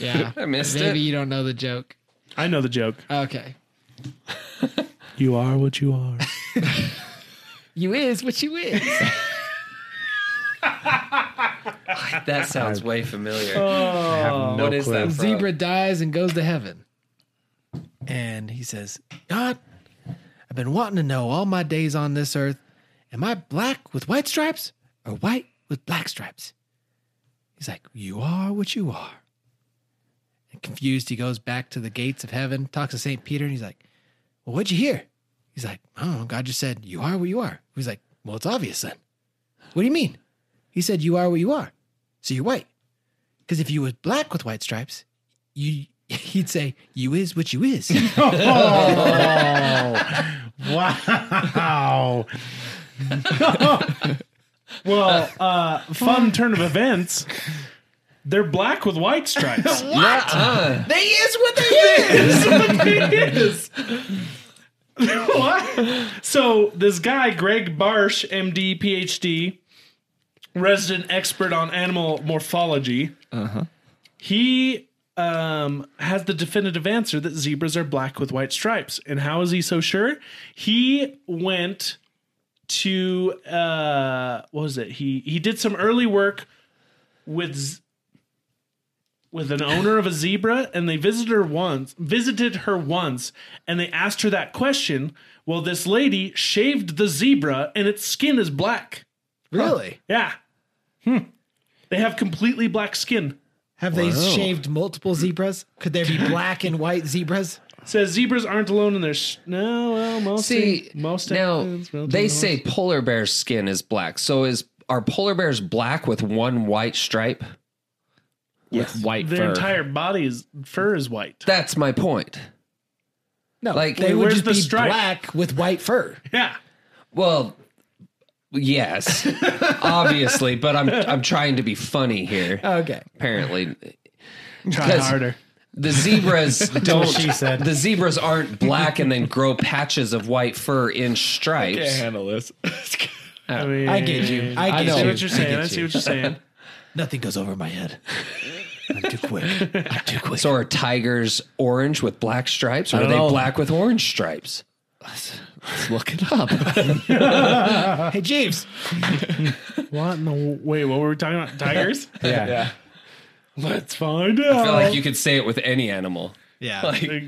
D: Yeah.
A: I missed
D: Maybe
A: it.
D: you don't know the joke.
E: I know the joke.
D: Okay.
E: You are what you are.
D: You is what you is.
A: That sounds way familiar. Oh. what is that? From?
D: zebra dies and goes to heaven. And he says, God, I've been wanting to know all my days on this earth. Am I black with white stripes or white with black stripes? He's like, You are what you are. And confused, he goes back to the gates of heaven, talks to St. Peter, and he's like, Well, what'd you hear? He's like, I don't know. God just said, You are what you are. He's like, Well, it's obvious then. What do you mean? He said, You are what you are. So you're white. Because if you was black with white stripes, you he'd say you is what you is.
E: Wow. well, uh,
D: Hmm.
E: fun turn of events. They're black with white stripes.
D: they is what they is.
E: what? So this guy, Greg Barsh, MD, PhD, resident expert on animal morphology, he um, has the definitive answer that zebras are black with white stripes. And how is he so sure? He went to uh, what was it? He he did some early work with. z- with an owner of a zebra and they visited her once visited her once and they asked her that question well this lady shaved the zebra and its skin is black
D: really?
E: yeah hmm. they have completely black skin
D: Have they shaved multiple zebras? Could there be black and white zebras?
E: says zebras aren't alone in their sh- no well most
A: See,
E: most
A: now
E: animals, most
A: they
E: animals.
A: say polar bear skin is black. So is are polar bears black with one white stripe?
C: with white
E: their
C: fur.
E: entire body is fur is white
A: That's my point.
D: No,
A: Like-
D: they would
E: Where's
D: just
E: the
D: be
E: stripe?
D: black with white fur.
E: yeah
A: Well, yes, obviously, but I'm I'm trying to be funny here.
D: Okay.
A: Apparently,
E: try
A: Because-
E: harder
A: the zebras don't.
B: she said.
A: The zebras aren't black and then grow patches of white fur in stripes.
C: handle this.
E: I, mean,
D: I get you. I get
E: see
D: you.
E: what you're
D: I
E: saying
D: get
E: I, see
D: you.
E: what you're saying
D: Nothing goes over my head. I'm too quick. I'm too quick.
A: So are tigers orange with black stripes, or
C: I
A: are
C: don't
A: they
C: know.
A: black with orange stripes?
C: Let's look it up.
D: hey Jeeves.
E: what in the wait what were we talking about tigers
B: Yeah.
E: let's find out
A: I feel like you could say it with any animal.
D: Yeah. I
E: I
D: get,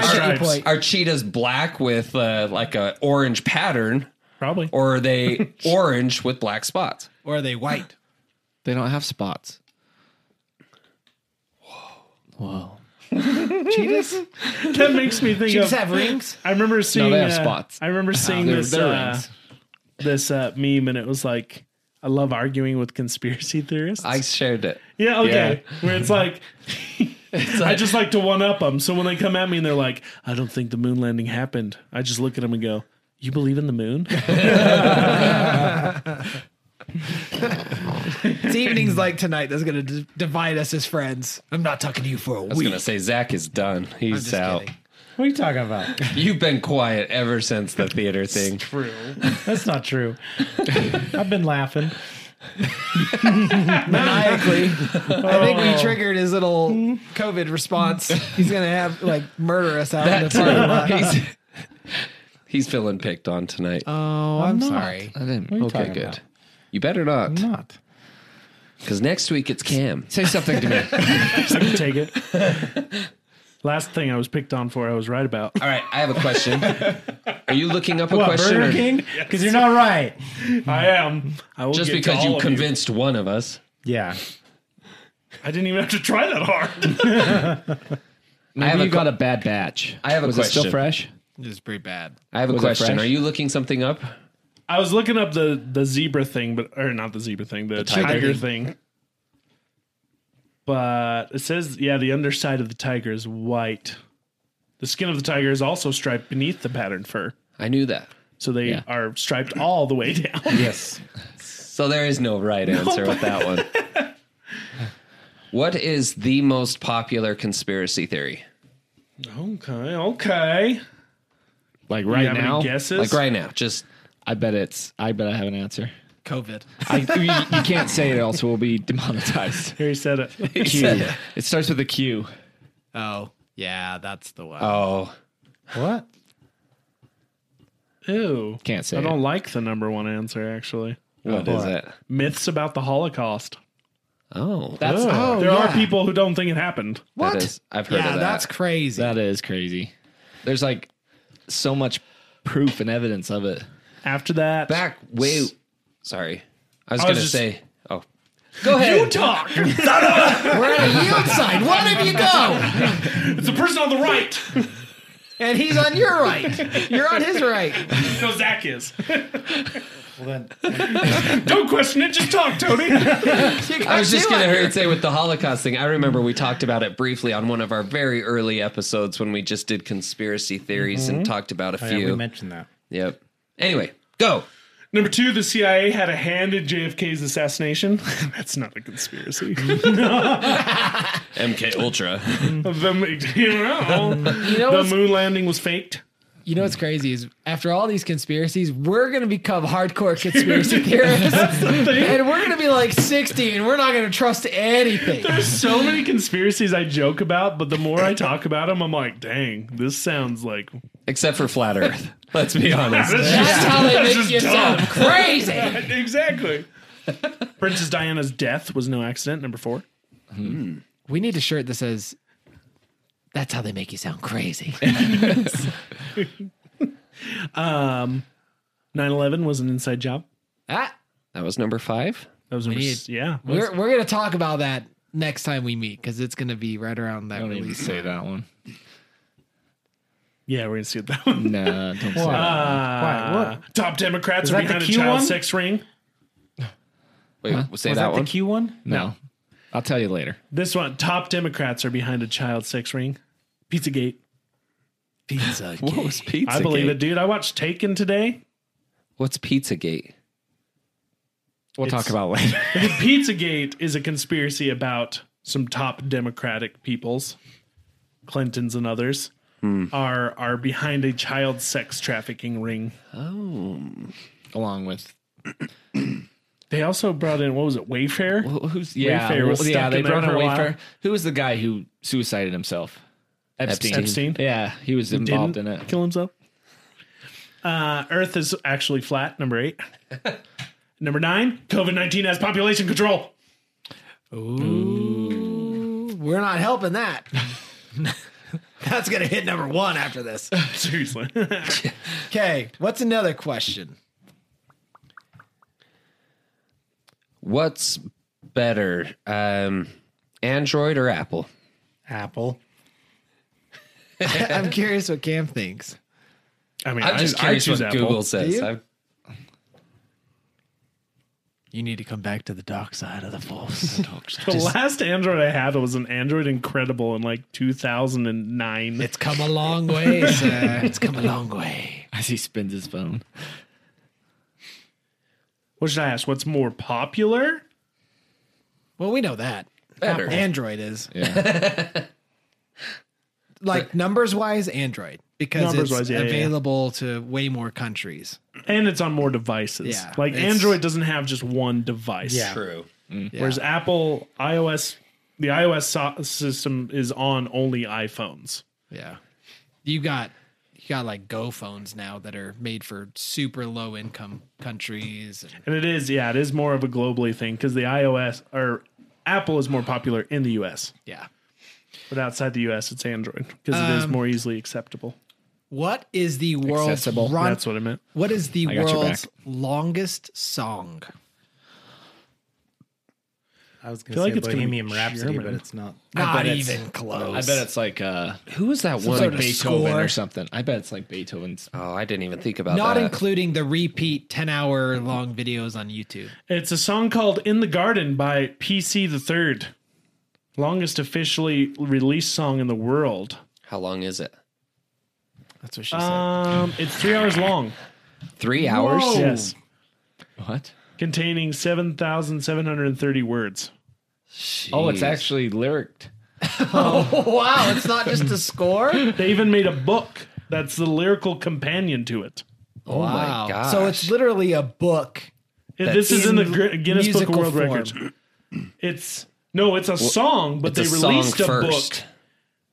D: I get your point.
A: Are cheetahs black with uh, like a orange pattern,
E: Probably.
A: or are they orange with black spots?
D: Or are they white?
C: they don't have spots.
D: Cheetahs?
E: that makes me think
D: Cheetahs
E: of.
D: have rings?
E: I remember seeing.
C: they have
E: uh,
C: spots.
E: I remember seeing
C: They're,
E: this
C: they're
E: uh,
C: rings.
E: this uh, meme, and it was like, "I love arguing with conspiracy theorists."
A: I shared it.
E: yeah, okay. Where it's like, I just like to one up them. So when they come at me and they're like, "I don't think the moon landing happened," I just look at them and go, "You believe in the moon?"
D: It's evenings like tonight that's going to d- divide us as friends. I'm not talking to you for a
A: I was
D: week.
A: gonna say Zach is done. He's out.
D: kidding.
B: What are you talking about?
A: You've been quiet ever since the theater thing.
B: That's not true. I've been laughing.
D: maniacally. I think
B: Oh.
D: we triggered his little COVID response. He's gonna have like murder us out in the parking lot.
A: he's, he's feeling picked on tonight.
D: Oh, I'm, sorry.
C: I didn't.
B: you
C: Okay,
B: talking
C: good.
B: about?
A: you better not,
B: Not.
A: because next week it's Cam.
C: Say something to me.
E: so I can take it. Last thing I was picked on for, I was right about.
A: All right, I have a question. Are you looking up a
B: What,
A: question?
B: Burger
A: or-
B: King? Because you're not right.
E: I am. I will
A: Just
E: get to
A: because
E: all
A: you
E: of
A: convinced one of us.
B: Yeah.
E: I didn't even have to try that hard.
C: Maybe
A: have a
C: you
A: que-
C: got a bad batch.
A: I have a
C: Was it
A: question.
C: still fresh?
G: It is pretty bad.
A: I have a
C: Was it
A: question.
C: fresh?
A: Are you looking something up?
E: I was looking up the the zebra thing, but or not the zebra thing, the, tiger, thing. But it says, yeah, the underside of the tiger is white. The skin of the tiger is also striped beneath the pattern fur,
A: I knew that.
E: so they
C: Yeah.
E: are striped all the way down.
B: Yes.
A: So there is no right answer with that one. What is the most popular conspiracy theory?
E: okay, okay.
C: Like
E: You
C: right
E: have
C: now?
E: any guesses?
A: Like right now, just
C: I bet it's. I bet I have an answer.
G: COVID.
C: I, you, you can't say it, else we'll be demonetized.
E: Harry said it.
C: Q. It starts with a Q.
G: Oh, yeah, that's the one.
A: oh,
B: What?
E: Ew,
C: Can't say
E: I don't
C: it.
E: like the number one answer actually.
A: what is it?
E: Myths about the Holocaust.
A: Oh,
C: That's
D: Oh,
E: there
D: yeah.
E: are people who don't think it happened.
A: that is. I've heard
D: yeah,
A: of that.
D: that's crazy.
C: that is crazy. There's like so much proof and evidence of it.
E: After that,
A: Back way. Sorry, I was
E: I was
A: gonna
E: just-
A: say. Oh, go ahead.
E: talk.
D: We're on a yield sign. Where did you go?
E: it's the person on the right.
D: And he's on your right. You're on his right.
E: you know Zach is.
B: Well, then,
E: Don't question it. Just talk, Tony.
A: I was just gonna hear it say with the Holocaust thing. I remember we talked about it briefly on one of our very early episodes when we just did conspiracy theories and talked about a
B: yeah,
A: few.
B: we mentioned that.
A: yep. Anyway, go.
E: Number two, the CIA had a hand in JFK's assassination. That's not a conspiracy.
A: MK Ultra.
E: the, you know,
D: You know
E: the
D: what's,
E: moon landing was faked.
D: you know what's crazy is after all these conspiracies, we're gonna become hardcore conspiracy theorists, and we're gonna be like sixty, and we're not gonna trust anything.
E: There's so many conspiracies I joke about, but the more I talk about them, I'm like, dang, this sounds like
A: Except for Flat Earth. Let's be honest.
D: That's how they
E: That's
D: make
E: just
D: you sound crazy.
E: exactly. Princess Diana's death was no accident. Number four.
D: We need a shirt that says, "That's how they make you sound crazy."
E: 9-11 was an inside job.
D: ah,
A: That was number five.
E: That was number, s-
D: need-
E: yeah.
D: we're we're gonna talk about that next time we meet because it's gonna be right around that
C: Don't even
D: release.
C: say that one.
E: Yeah, we're gonna see that one.
C: Nah, don't say that.
E: Uh,
B: Why, what?
E: Top Democrats
B: Is
E: are
B: that the
E: behind a
B: Q
E: child
B: one?
E: sex ring.
A: Wait, say
B: Was
A: that,
B: that,
A: one.
B: the Q one?
C: No. I'll tell you later.
E: This one, top Democrats are behind a child sex ring. Pizzagate.
D: Pizza.
A: what was Pizza?
E: I believe it, dude. I watched Taken today.
A: What's Pizzagate?
C: We'll talk about it later.
E: Pizzagate is a conspiracy about some top Democratic peoples, Clintons and others, are are behind a child sex trafficking ring.
C: Along with
E: They also brought in what was it, Wayfair?
C: Who- who's yeah,
E: Wayfair was
C: well, yeah.
E: stuck
C: They
E: in there
C: brought in
E: for a while.
C: Wayfair. Who was the guy who suicided himself? Epstein.
E: Epstein.
C: Yeah, he was involved in it.
E: Kill himself. Uh, Earth is actually flat. Number eight. number nine. COVID nineteen has population control.
D: We're not helping that. That's gonna hit number one after this.
E: Seriously.
D: Okay, what's another question?
A: What's better, um, Android or Apple?
B: Apple.
D: I'm curious what Cam thinks.
E: I mean,
A: I'm
E: I-
A: just
E: I
A: curious
E: choose
A: what
E: Apple.
A: Google says.
D: you?
A: I've-
D: You need to come back to the dark side of the force.
E: The last Android I had was an Android Incredible in like 2009.
D: it's come a long way, sir. It's come a long way.
C: As he spins his phone.
E: What should I ask? What's more popular?
D: Well, we know that.
A: Better.
D: Android is.
C: Yeah.
D: Like numbers wise, Android. Because it's
E: Numbers-wise, yeah, yeah, yeah.
D: available to way more countries.
E: And it's on more devices.
D: Yeah,
E: like
D: it's-
E: Android doesn't have just one device.
B: Yeah.
A: True.
E: Whereas Apple, iOS, the iOS so- system is on only iPhones.
D: Yeah. You got you got like Go phones now that are made for super low income countries.
E: And it is, yeah, it is more of a globally thing because the iOS or Apple is more popular in the US,
D: Yeah.
E: but outside the US, it's Android because it
D: Um,
E: is more easily acceptable.
D: What is the world's
C: Accessible.
D: run-
E: That's what I meant.
D: what is the
C: I got your
D: world's
C: back.
D: longest song?
B: I was going
E: Feel
B: to say
E: like it's gonna be
B: Bohemian Rhapsody,
E: German.
B: but it's not.
C: I
D: Not
C: bet it's-
D: even close.
C: I bet it's like uh,
A: Who was that
C: some
A: one?
C: sort of
A: Like
C: Beethoven
D: score.
C: or something. I bet it's like Beethoven's.
A: Oh, I didn't even think about
D: Not
A: that.
D: including the repeat 10 hour long videos on YouTube.
E: It's a song called In the Garden by PC the Third. Longest officially released song in the world.
A: How long is it?
D: That's what she
E: Um, it's three hours long.
A: Three hours?
E: Yes.
C: What?
E: Containing 7,730 words.
C: Oh, it's actually lyriced.
D: said. wow, it's not just a score?
E: They even made a book that's the lyrical companion to it.
A: Oh my god.
D: So it's literally a book.
E: this is in the
D: in
E: Gr- Guinness Book of
D: musical
E: World
D: form.
E: Records. It's no, it's a song, but they released a book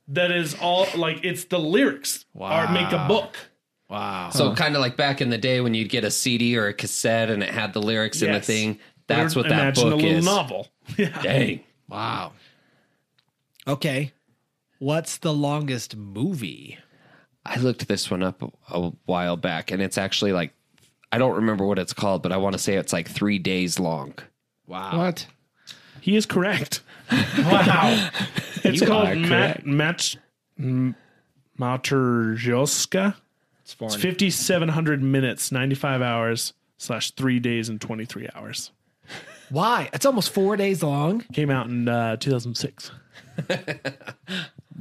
E: that is all like it's the lyrics are make a book.
G: Wow.
A: So kind of like back in the day when you'd get a CD or a cassette and it had the lyrics in the
E: Yes.
A: thing. That's what that
E: Imagine a
A: book
E: little
A: is.
E: novel. Yeah.
A: Dang.
G: Wow.
D: Okay. What's the longest movie?
A: I looked this one up a- a while back and it's actually like I don't remember what it's called, but I want to say it's like 3 days long.
G: Wow.
C: What?
E: He is correct. Wow. it's
C: are
E: called Mat
C: correct.
E: Match M- Materjoska.
C: It's foreign.
E: It's fifty seven hundred minutes, ninety five hours slash three days and twenty three hours.
D: Why? It's almost four days long.
E: Came out in uh, two thousand six.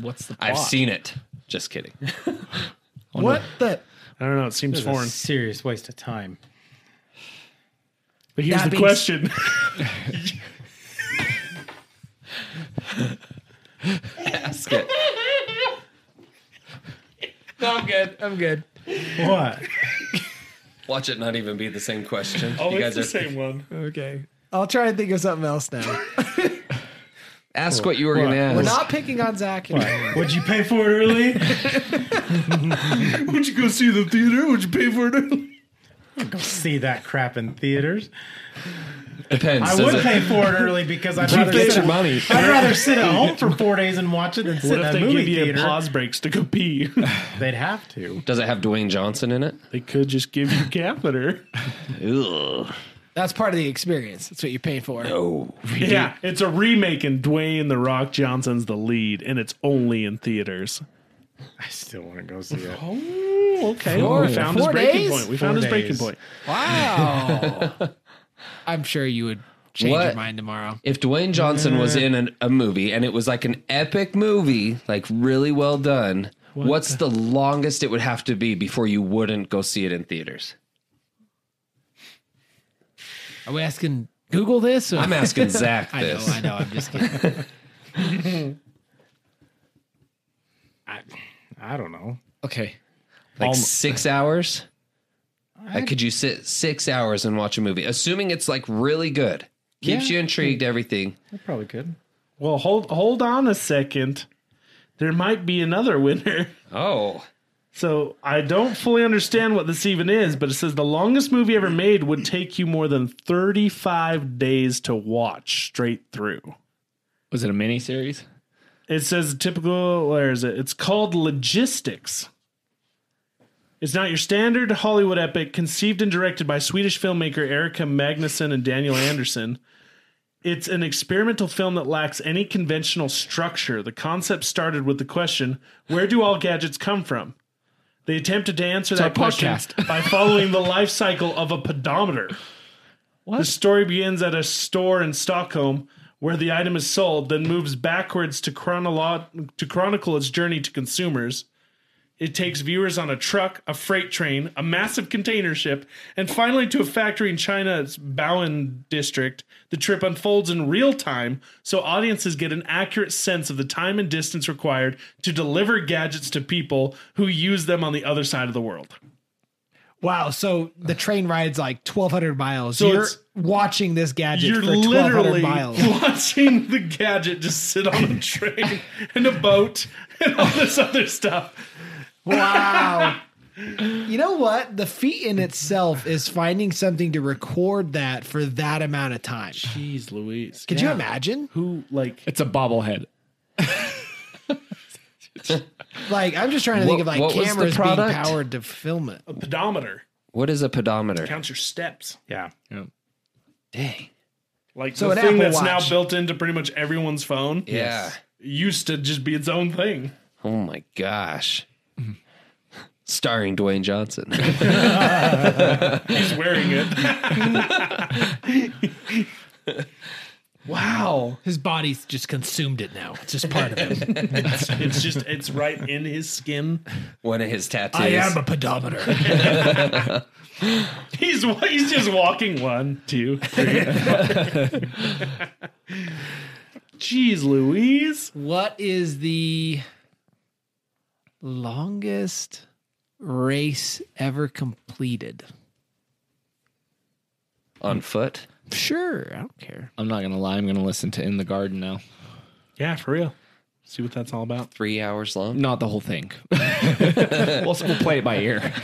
C: What's the plot?
A: I've seen it. Just kidding.
D: what the?
E: I don't know. It seems
B: It's a
E: foreign.
B: serious waste of time.
E: But here's
D: That
E: the
D: being s-
E: question.
A: Ask it.
D: No, I'm good. I'm good.
B: What?
A: Watch it not even be the same question.
E: oh, it's the same one.
D: Okay. I'll try and think of something else now.
A: ask what you were going to
D: We're
A: ask.
D: not picking on Zach anymore.
E: Would you pay for it early? Would you go see the theater? Would you pay for it early?
B: See that crap in theaters?
A: Depends.
B: I
A: does
B: would
A: it-
B: pay for it early because I'd rather,
C: Get
B: sit
C: your
B: at,
C: money.
B: I'd rather sit at home for four days and watch it than sit
E: What
B: in
E: if
B: a
E: they
B: movie
E: give you
B: theater.
E: pause breaks to go pee?
B: They'd have to.
A: Does it have Dwayne Johnson in it?
E: they could just give you catheter.
A: Ugh.
D: That's part of the experience. That's what you pay for.
A: Oh.
E: Yeah, it's a remake, and Dwayne the Rock Johnson's the lead, and it's only in theaters.
B: I still want to go see it.
E: Oh, okay.
D: Four-
E: we found his
D: four
E: breaking
D: days?
E: point. We found
B: Four
E: his breaking
B: days.
E: point.
D: Wow. I'm sure you would change your
A: What?
D: mind tomorrow.
A: If Dwayne Johnson was in an, a movie and it was like an epic movie, like really well done, what's the longest it would have to be before you wouldn't go see it in theaters?
D: Are we asking Google this? Or?
A: I'm asking Zach
D: I know,
A: this.
D: I know. I'm just kidding.
B: I, I don't know.
C: Okay.
A: Like six hours? Like, could you sit six hours and watch a movie? Assuming it's like really good, keeps you intrigued, everything.
B: I probably could.
E: Well, hold hold on a second. There might be another winner.
A: Oh.
E: So I don't fully understand what this even is, but it says the longest movie ever made would take you more than 35 days to watch straight through.
C: Was it a mini series?
E: It says typical, where is it? It's called Logistics. It's not your standard Hollywood epic conceived and directed by Swedish filmmaker Erica Magnusson and Daniel Anderson. It's an experimental film that lacks any conventional structure. The concept started with the question where do all gadgets come from? They attempted to answer that
C: our
E: question
C: podcast.
E: by following the life cycle of a pedometer. The story begins at a store in Stockholm where the item is sold, then moves backwards to, chronolo- to chronicle its journey to consumers. It takes viewers on a truck, a freight train, a massive container ship, and finally to a factory in China's Bao'an district. The trip unfolds in real time, so audiences get an accurate sense of the time and distance required to deliver gadgets to people who use them on the other side of the world.
D: Wow. So
B: Uh-huh.
D: the train ride's like 1,200 miles.
E: So
D: you're
E: it's-
D: watching this gadget
E: You're
D: for 1,200
E: literally
D: miles.
E: watching the gadget just sit on a train and a boat and all this other stuff.
D: Wow. you know what? The feat in itself is finding something to record that for that amount of time.
E: Jeez Louise.
D: Could you imagine?
E: Who, like,
C: It's a bobblehead.
D: Like, I'm just trying to think
A: What-
D: of like
A: what was the
D: cameras being
A: product?
D: powered to film it.
E: a pedometer
A: What is a pedometer?
E: counts your steps.
B: Yeah.
A: Dang.
E: Like
D: So
E: the
D: an
E: thing
D: Apple
E: that's now
D: Watch.
E: built into pretty much everyone's phone.
A: Yeah. Yes.
E: Used to just be its own thing.
A: Oh my gosh.
D: Mm-hmm.
A: Starring Dwayne Johnson.
E: He's wearing it.
D: Wow. His body's just consumed it now. It's just part of it.
E: It's, it's just it's right in his skin.
A: One of his tattoos.
D: I am a pedometer.
E: He's he's just walking one, two, three. Jeez, Louise.
G: What is the longest race ever completed?
A: on foot.
G: Sure, I don't care.
C: I'm not gonna lie. I'm gonna listen to In the Garden now.
E: Yeah, for real. See what that's all about.
A: Three hours long.
C: Not the whole thing. we'll, we'll play it by ear.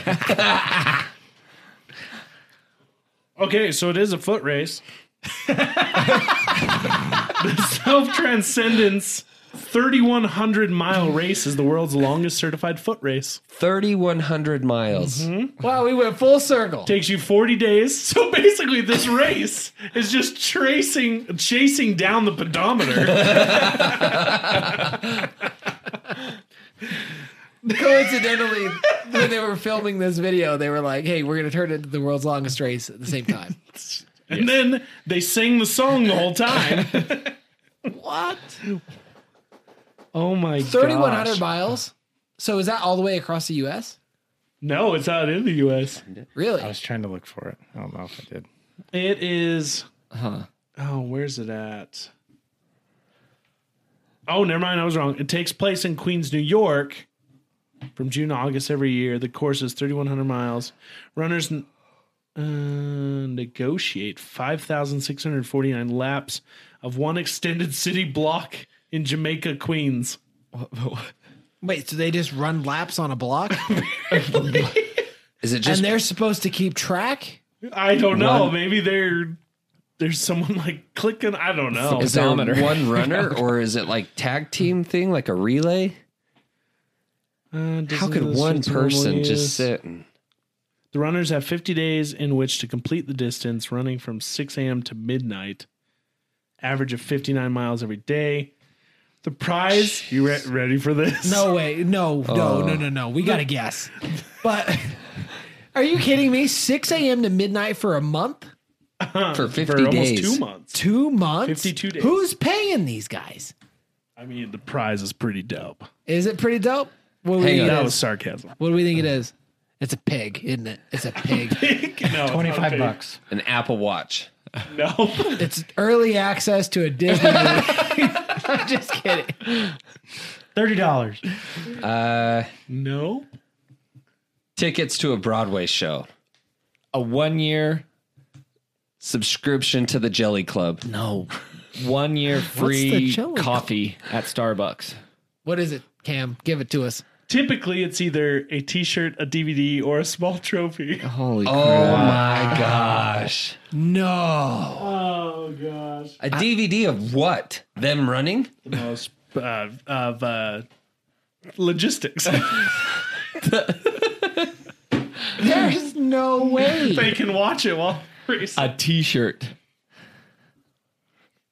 E: Okay, so it is a foot race. the self transcendence 3,100 mile race is the world's longest certified foot race.
A: Thirty one hundred miles.
D: wow, we went full circle.
E: Takes you 40 days. So basically, this race is just tracing, chasing down the pedometer.
D: Coincidentally, when they were filming this video, they were like, hey, we're going to turn it into the world's longest race at the same time.
E: And then they sing the song the whole time.
D: what?
E: Oh my god.
D: 3,100 miles? So is that all the way across the U.S.?
E: No, it's out in the US.
B: I
D: Really?
B: was trying to look for it. I don't know if I did.
E: It is. Oh, where's it at? Oh, never mind. I was wrong. It takes place in Queens, New York from June to August every year. The course is 3,100 miles. Runners n- uh, negotiate 5,649 laps of one extended city block in Jamaica, Queens.
D: Wait, so they just run laps on a block?
A: Is it
D: and
A: just
D: they're supposed to keep track?
E: I don't know. Maybe they're. There's someone like clicking. I don't know.
A: is there one runner or is it like tag team thing, like a relay?
E: Uh, does
A: How could
E: this
A: one
E: just normally
A: person
E: is-
A: just sit and
E: The runners have 50 days in which to complete the distance, running from 6 a.m. to midnight. Average of 59 miles every day. The prize, you re- ready for this?
D: No way. Oh, No, no,
E: Uh,
D: no, no, no. We got to guess. But are you kidding me? 6 a.m. to midnight for a month?
A: for
E: for
A: fifty
E: almost
A: days?
E: two months.
D: Two months?
E: 52 days.
D: Who's paying these guys?
E: I mean, the prize is pretty dope.
D: Is it pretty dope? What do we
A: Hang
D: think
A: on.
D: it
E: That
D: is?
E: was sarcasm.
D: What do we think it is? It's a pig, isn't it? It's a pig.
E: no, it's not
B: 25
E: big.
B: bucks.
A: An Apple Watch.
E: No.
D: it's early access to a Disney movie. Just kidding.
B: $30.
E: no.
A: Tickets to a Broadway show.
C: A one year,
A: Subscription to the Jelly Club.
D: No.
C: one year free
D: challenge?
C: coffee at Starbucks.
D: What is it, Cam? Give it to us.
E: Typically, it's either a t shirt, a DVD, or a small trophy.
C: Holy
A: Oh my gosh.
D: No.
E: Oh, gosh.
A: A DVD of what? Them running?
E: The most uh, of uh, logistics.
D: There's no way.
E: they can watch it while racing.
C: A T-shirt.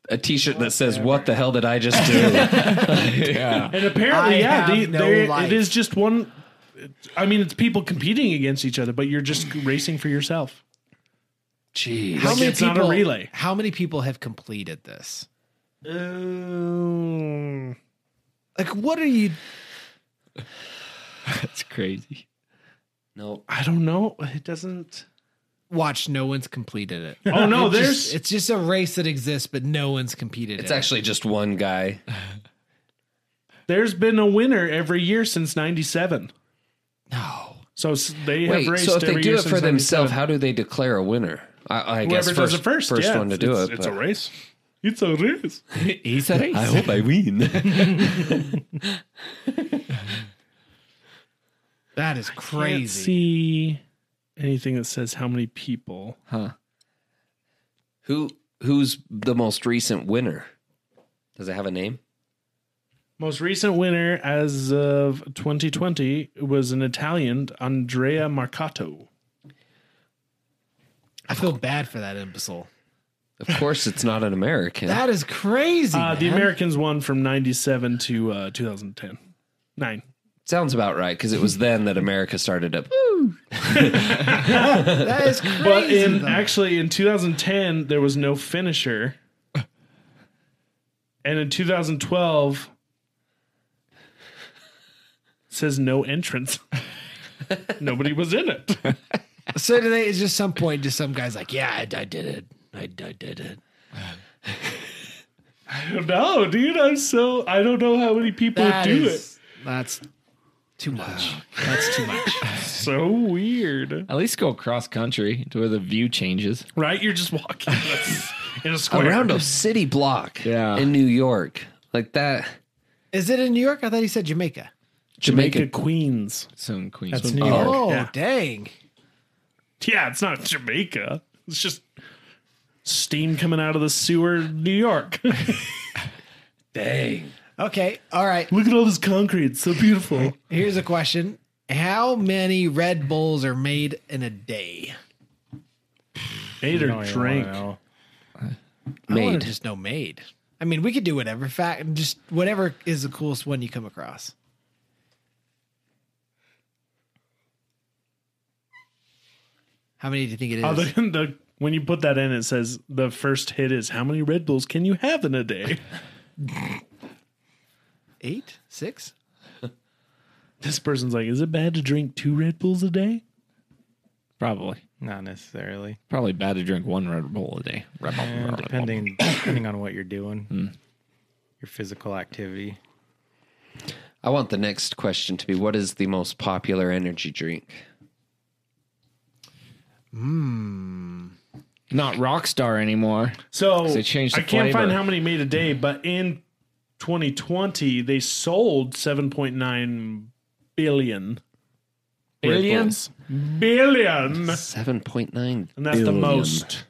A: A t shirt that says, What the hell did I just do?
E: And apparently,
D: I
E: yeah,
D: have
E: the,
D: no
E: there-
D: life.
E: it is just one. I mean, it's people competing against each other, but you're just racing for yourself.
A: Jeez.
D: How
E: Like,
D: many
E: it's not a
D: people?
E: relay.
D: How many people have completed this?
E: Um,
D: Like, what are you?
C: That's crazy.
A: Nope.
E: I don't know. It doesn't.
D: Watch, no one's completed it.
E: Oh no,
D: It's
E: there's
D: just- it's just a race that exists, but no one's competed.
A: It's
D: in it.
A: actually just one guy.
E: there's been a winner every year since '97.
D: no.
E: So s- they
A: Wait,
E: have raced.
A: so if they
E: every
A: do
E: year
A: it for
E: since
A: themselves,
E: 97.
A: how do they declare a winner? I, I guess
E: whoever
A: first,
E: does it first,
A: first
E: yeah,
A: one to
E: it's-
A: do
E: it's,
A: it.
E: It's
A: but-
E: a race. It's a race.
C: He's a race.
A: hope I win.
D: That is
E: Can't
D: crazy.
E: see anything that says how many people.
A: Who who's the most recent winner? Does it have a name?
E: Most recent winner as of 2020 was an Italian, Andrea Marcato.
D: I feel bad for that imbecile.
A: Of course, it's not an American.
D: That is crazy.
E: Uh, the
D: man.
E: Americans won from 97 to uh, 2010. Nine.
A: Sounds about right because it was then that America started up.
D: that is crazy.
E: But in
D: though.
E: actually in 2010 there was no finisher. And in 2012 it says no entrance. Nobody was in it.
D: so do they? It's just some point. Just some guys like, yeah, I, I did it. I, I did it.
E: No, dude, I'm so I don't know how many people
D: That
E: do
D: is- That's too much.
B: Ah.
D: That's too much.
E: it. So weird.
C: At least go cross country to where the view changes.
E: Right? You're just walking in a- in a square.
A: around a Oh, city block
C: Yeah.
A: in New York. Like that
D: Is it in New York? I thought he said Jamaica.
A: Jamaica.
E: Jamaica Queens.
C: Some Queens.
B: That's New York.
D: Oh,
E: Yeah.
D: dang.
E: Yeah, it's not Jamaica. It's just steam coming out of the sewer, in New York.
A: Dang.
D: Okay. All right.
E: Look at all this concrete. It's so beautiful.
D: Here's a question. How many Red Bulls are made in a day?
E: Made or drank.
D: I want
A: Made.
D: to just know made. I mean, we could do whatever fact, just whatever is the coolest one you come across. How many do you think it is?
E: Other than Uh, the when you put that in, it says the first hit is how many Red Bulls can you have in a day?
D: Eight, six?
E: this person's like, is it bad to drink two Red Bulls a day?
C: Probably.
B: Not necessarily.
C: Probably bad to drink one Red Bull a day. Red Bull, Red Bull.
B: Depending depending on what you're doing,
D: Hmm.
B: your physical activity.
A: I want the next question to be what is the most popular energy drink?
C: Not Rockstar anymore.
E: So
C: They changed the
E: I can't find
C: flavor.
E: how many made a day, but in 2020 they sold 7.9 billion. Red
C: Billion?
E: Bulls. Billion.
A: 7.9.
E: And that's the
A: billion.
E: most.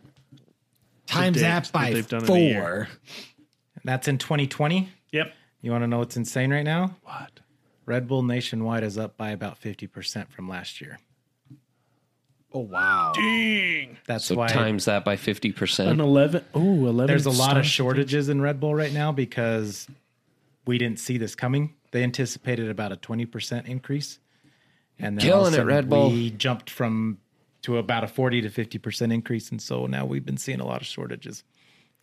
D: Times
E: date
D: that
E: that
D: by
E: they've done in a
D: four.
E: year.
B: That's in 2020.
E: Yep.
B: You want to know what's insane right now?
E: What?
B: Red Bull nationwide is up by about 50% from last year.
D: Oh, wow.
E: Dang.
B: That's
A: So
B: why
A: times that by
E: An
A: 50%.
E: 11. Ooh, 11.
B: there's a lot of
E: stars.
B: shortages in Red Bull right now because we didn't see this coming. They anticipated about a 20% increase. And then
A: Killing
B: all of a
A: it,
B: sudden
A: Red Bull.
B: We jumped from to about a 40 to 50% increase. And so now we've been seeing a lot of shortages.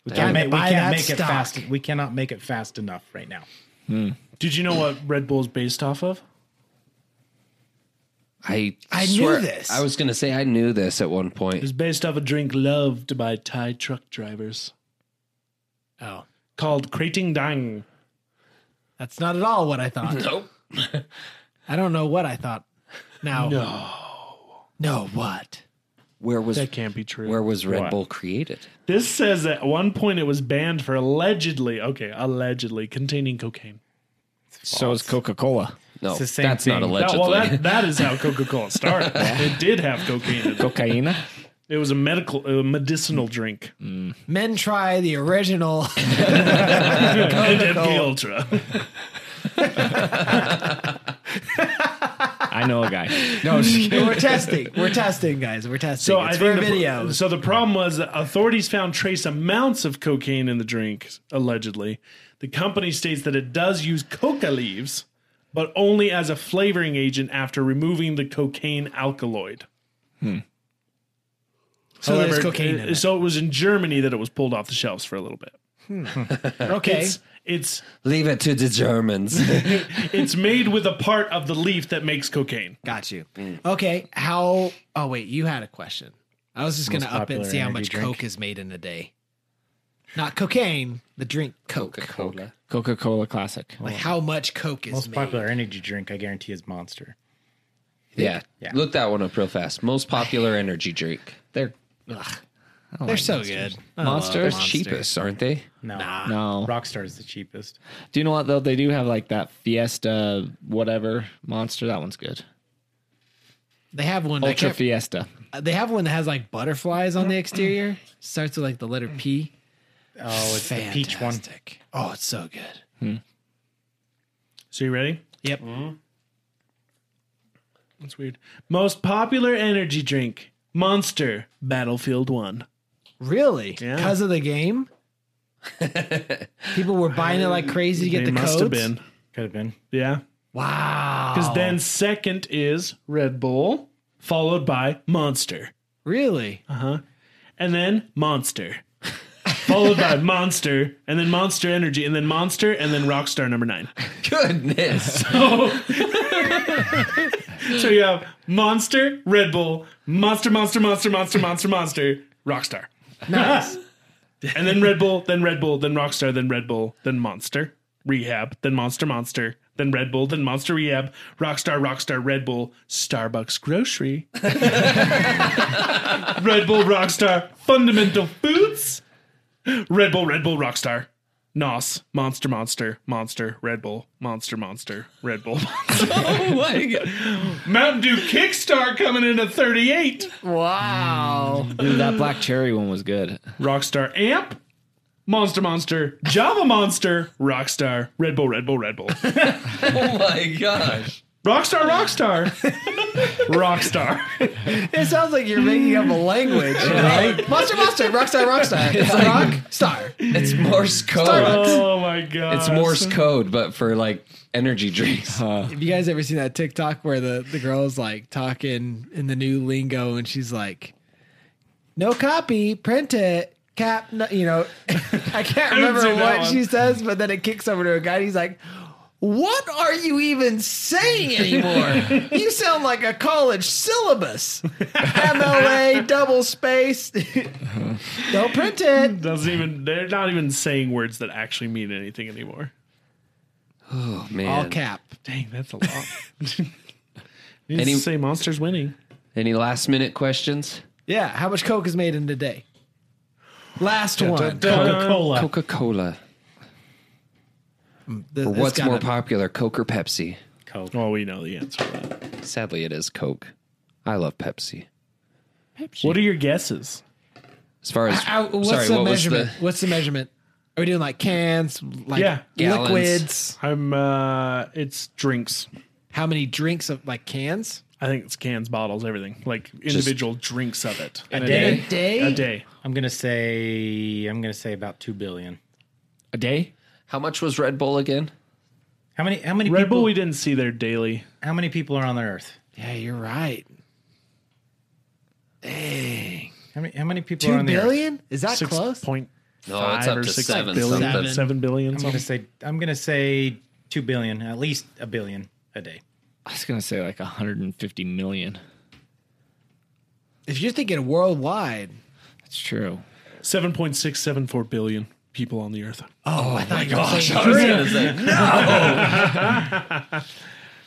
B: We can't, ma- we
D: Buy that
B: can't make it
D: stock.
B: fast. We cannot make it fast enough right now.
E: Did you know what Red Bull's based off of?
A: I
D: I knew
A: swear,
D: this.
A: I was going to say I knew this at one
E: It's
A: point.
E: based off a drink loved by Thai truck drivers
D: Oh,
E: called Krating Dang.
D: that's not at all what I thought.
A: Nope.
D: I don't know what I thought. Now, no, no, what?
A: Where was
E: That can't be true.
A: where was Red
C: What?
A: Bull created?
E: This says at one point it was banned for allegedly, okay, allegedly containing cocaine.
C: So is Coca Cola.
A: No,
B: the same
A: that's not
B: thing.
E: That-
A: allegedly.
E: well, that, that is how Coca Cola started. it did have cocaine in it.
C: Cocaina.
E: It was a medical, a medicinal drink.
D: Men try the original.
E: MK Ultra.
C: I know a guy. No, just kidding.
D: we're testing. We're testing, guys. We're testing.
E: Oh, So
D: it's
E: I
D: for
E: think the,
D: videos.
E: So the problem was that authorities found trace amounts of cocaine in the drink, allegedly. The company states that it does use coca leaves, but only as a flavoring agent after removing the cocaine alkaloid.
D: So Hmm. Oh, there's cocaine in it.
E: uh, So it was in Germany that it was pulled off the shelves for a little bit.
D: okay.
E: It's it's
A: Leave it to the Germans.
E: it's made with a part of the leaf that makes cocaine.
D: Got you. Okay. How? Oh wait, you had a question. I was just going to up it and
B: popular
D: see how
B: energy
D: much
B: drink.
D: Coke is made in a day. Not cocaine, the drink Coke.
A: Coca-Cola.
C: Coca Cola Classic.
D: Like how much Coke is
B: Most
D: made?
B: popular energy drink, I guarantee, is Monster.
A: Yeah. Look that one up real fast. Most popular energy drink.
C: They're
D: They're so good. Uh,
C: monsters.
A: They're cheapest, aren't they?
B: No,
C: No.
B: Rockstar is the cheapest.
C: Do you know what though? They do have like that Fiesta whatever monster. That one's good.
D: They have one. I
C: Ultra
D: can't-
C: Fiesta.
D: They have one that has like butterflies on the exterior. Starts with like the letter P.
B: Oh, it's the peach one.
D: Fantastic. Oh, it's so good.
E: So you ready? Mm-hmm.
D: Yep.
E: That's weird. Most popular energy drink: Monster Battlefield One.
D: Really? Because of the game? People were buying it like crazy to get
E: They
D: the
E: must
D: codes.
E: have been.
B: Could have been.
E: Yeah.
D: Wow.
E: Because then second is Red Bull, followed by Monster.
D: Really?
E: Uh huh. And then Monster, followed by Monster, and then Monster Energy, and then Monster, and then Rockstar number nine.
A: Goodness.
E: So you have Monster, Red Bull, Monster, Monster, Monster, Monster, Monster, Monster, Rockstar.
D: Nice.
E: and then Red Bull, then Red Bull, then Rockstar, then Red Bull, then Monster, Rehab, then Monster, Monster, then Red Bull, then Monster Rehab, Rockstar, Rockstar, Red Bull, Starbucks Grocery, Red Bull, Rockstar, Fundamental Foods, Red Bull, Red Bull, Rockstar. Nos, Monster, Monster, Monster, Red Bull, Monster, Monster, Red Bull.
A: oh my god.
E: Mountain Dew Kickstart coming in at 38.
G: Wow.
C: Mm, Dude, that black cherry one was good.
E: Rockstar Amp, Monster Monster, Java Monster, Rockstar, Red Bull, Red Bull, Red Bull.
A: Oh my gosh.
E: Rockstar, Rockstar, Rockstar.
D: It sounds like you're making up a language, right? Monster, monster, rockstar, rockstar. It's a rock star.
A: It's Morse code.
E: Oh my god.
A: It's Morse code, but for like energy drinks.
D: Have you guys ever seen that TikTok where the, the girl's like talking in the new lingo and she's like, no copy, print it, cap, no, you know, I can't remember
E: seen that
D: what
E: one.
D: she says, but then it kicks over to a guy and he's like, what are you even saying anymore? you sound like a college syllabus. MLA double space. Don't print it.
E: Doesn't even. They're not even saying words that actually mean anything anymore.
A: Oh man.
D: All cap.
E: Dang, that's a lot. Needs
A: Any-
E: to say monsters winning.
A: Any last minute questions?
D: Yeah. How much Coke is made in a day? Last one.
B: Coca Cola.
A: Coca Cola.
D: Th-
A: Or
D: it's
A: what's
D: gotta
A: more popular, Coke or Pepsi?
E: Oh, we know the answer. to that.
A: Sadly, it is Coke. I love Pepsi.
E: What are your guesses?
A: As far as
D: How- what's
A: sorry,
D: the
A: what was
D: measurement?
A: the
D: What's the measurement? Are we doing like cans, like
E: Yeah.
A: Gallons.
D: liquids?
E: I'm. uh It's drinks.
D: How many drinks of like cans
E: I think it's cans, bottles, everything. Like individual drinks of it.
B: A
D: a
B: day?
D: day?
E: A day.
B: I'm gonna say I'm gonna say about two billion.
C: A day?
A: how much was Red Bull again?
B: How many? How many
E: Red
B: people?
E: Bull, we didn't see their daily.
B: how many people are on the Earth?
D: Yeah, you're right.
B: How many? How many people
D: Two
B: are
D: billion?
B: on the Earth?
D: Is that
E: Six
D: close?
E: point
A: No,
E: five
A: Oh, it's up
E: or
A: to
E: six
A: seven
E: billion,
A: something.
E: seven billion
B: I'm gonna
E: something.
B: say I'm gonna say two billion, at least a billion a day.
C: I was gonna say like 150 million.
D: If you're thinking worldwide,
C: That's true.
E: Seven point six seven four billion people on the earth.
A: I'm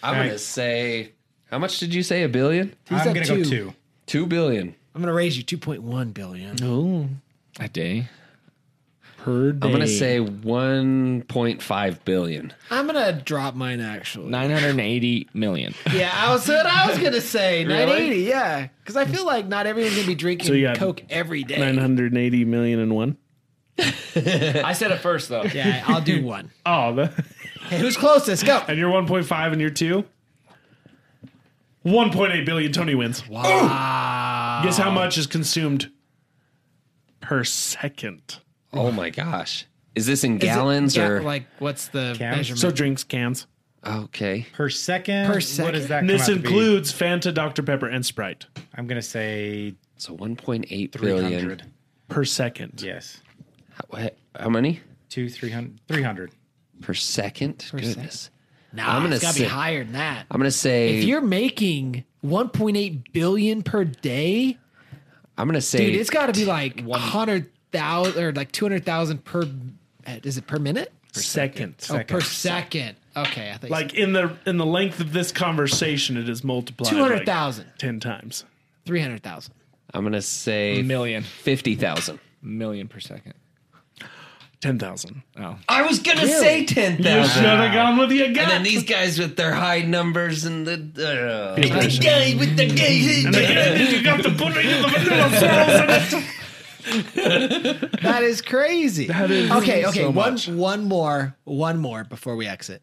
A: gonna say how much did you say? A billion?
D: He's
B: I'm
D: at
B: gonna
D: two.
B: go two.
A: Two billion.
D: I'm gonna raise you 2.1 billion.
C: A day?
E: Per day.
A: I'm gonna say one point five billion.
D: I'm gonna drop mine actually.
C: 980 million.
D: Yeah, I was what I was gonna say 980. Yeah, because I feel like not everyone's gonna be drinking
E: So you got
D: Coke every day.
E: nine hundred eighty million and one.
C: I said it first though.
D: Yeah, I'll do one.
E: Oh, the,
D: Hey, who's closest? Go.
E: and you're one point five, and you're two. One point eight billion. Tony wins. Wow. Guess how much is consumed per second?
A: Oh my gosh. Is this in gallons
D: Yeah,
A: or
D: like what's the
B: Cans?
D: measurement?
E: So drinks, cans.
A: okay?
B: Per second.
D: Per
B: What
D: second.
B: does that?
E: And
B: Come
E: this
B: out to be?
E: includes Fanta, Dr Pepper, and Sprite
B: I'm gonna say
A: So one point eight
B: three
A: billion.
B: hundred.
E: per second.
B: Yes.
A: How, how many
B: Two three hundred. Three hundred.
A: per second? Goodness.
D: nah,
A: I'm gonna
D: Ah, it's gotta
A: say-
D: be higher than that.
A: I'm gonna say.
D: If you're making 1.8 billion per day,
A: I'm gonna say.
D: dude, it's got to be like 100,000 or like 200,000 per. uh, Is it per minute?
E: Second.
D: Oh, per second. Okay, I think like
E: Like in the in the length of this conversation, it is multiplied like
D: 200,000,
E: ten times.
D: 300,000.
A: I'm gonna say
C: Million.
A: fifty thousand.
C: Million per second.
E: Ten thousand.
C: Oh.
A: I was gonna say ten
E: You should
A: thousand.
E: have gone with your gut.
A: And then these guys with their high numbers and the. Uh, with the
E: you got the pudding and the vanilla sauce in it.
D: That is crazy. that
E: is
D: okay, okay.
E: so
D: one
E: much.
D: one more, one more before we exit.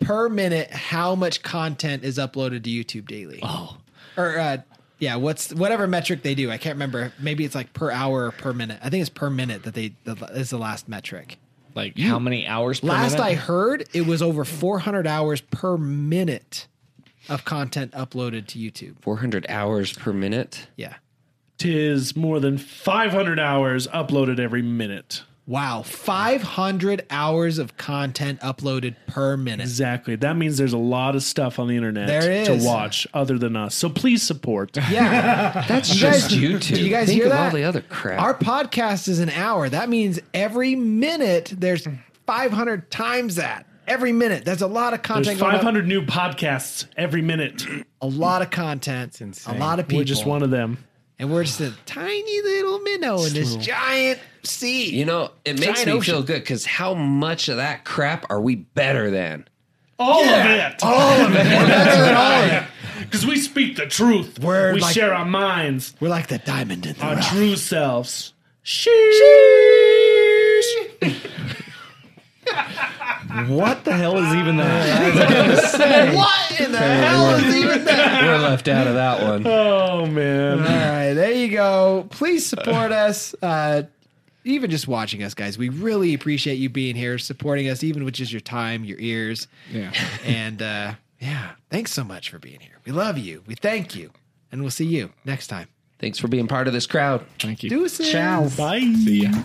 D: Per minute, how much content is uploaded to YouTube daily? Oh. Or uh, Yeah, what's whatever metric they do. I can't remember. Maybe it's like per hour or per minute. I think it's per minute that they the, is the last metric.
C: Like how many hours? Per
D: Last
C: minute?
D: I heard, it was over 400 hours per minute of content uploaded to YouTube.
A: 400 hours per minute.
D: Yeah.
E: Tis more than 500 hours uploaded every minute.
D: Wow, 500 hours of content uploaded per minute.
E: Exactly. That means there's a lot of stuff on the internet
D: There is.
E: to watch other than us. So please support.
D: Yeah.
A: That's
D: You
A: just
D: guys-
A: YouTube.
D: do you guys
A: Think
D: hear
A: of
D: that?
A: all the other crap.
D: Our podcast is an hour. That means every minute there's 500 times that. Every minute. That's a lot of
E: There's
D: content. going up.
E: 500 new podcasts every minute.
D: A lot of content. A lot of people.
E: We're just one of them.
D: and we're just a tiny little minnow in this giant sea.
A: you know, it makes
D: Giant
A: me
D: ocean.
A: feel good because how much of that crap are we better than?
E: All of it.
D: All of it. We're better than all of it.
E: Because we speak the truth.
D: We're
E: we
D: like-
E: share our minds,
D: We're like the diamond in the
E: our
D: rough.
E: true selves.
C: What the hell is even that?
D: What in the hell is even that?
A: We're left out of that one.
E: Oh, man.
D: All right, there you go. Please support us. Uh, even just watching us, guys, we really appreciate you being here, supporting us, even with just your time, your ears,
C: yeah.
D: and uh, yeah. Thanks so much for being here. We love you. We thank you, and we'll see you next time.
A: Thanks for being part of this crowd.
C: Thank you.
D: Deuces.
E: Bye.
C: See ya.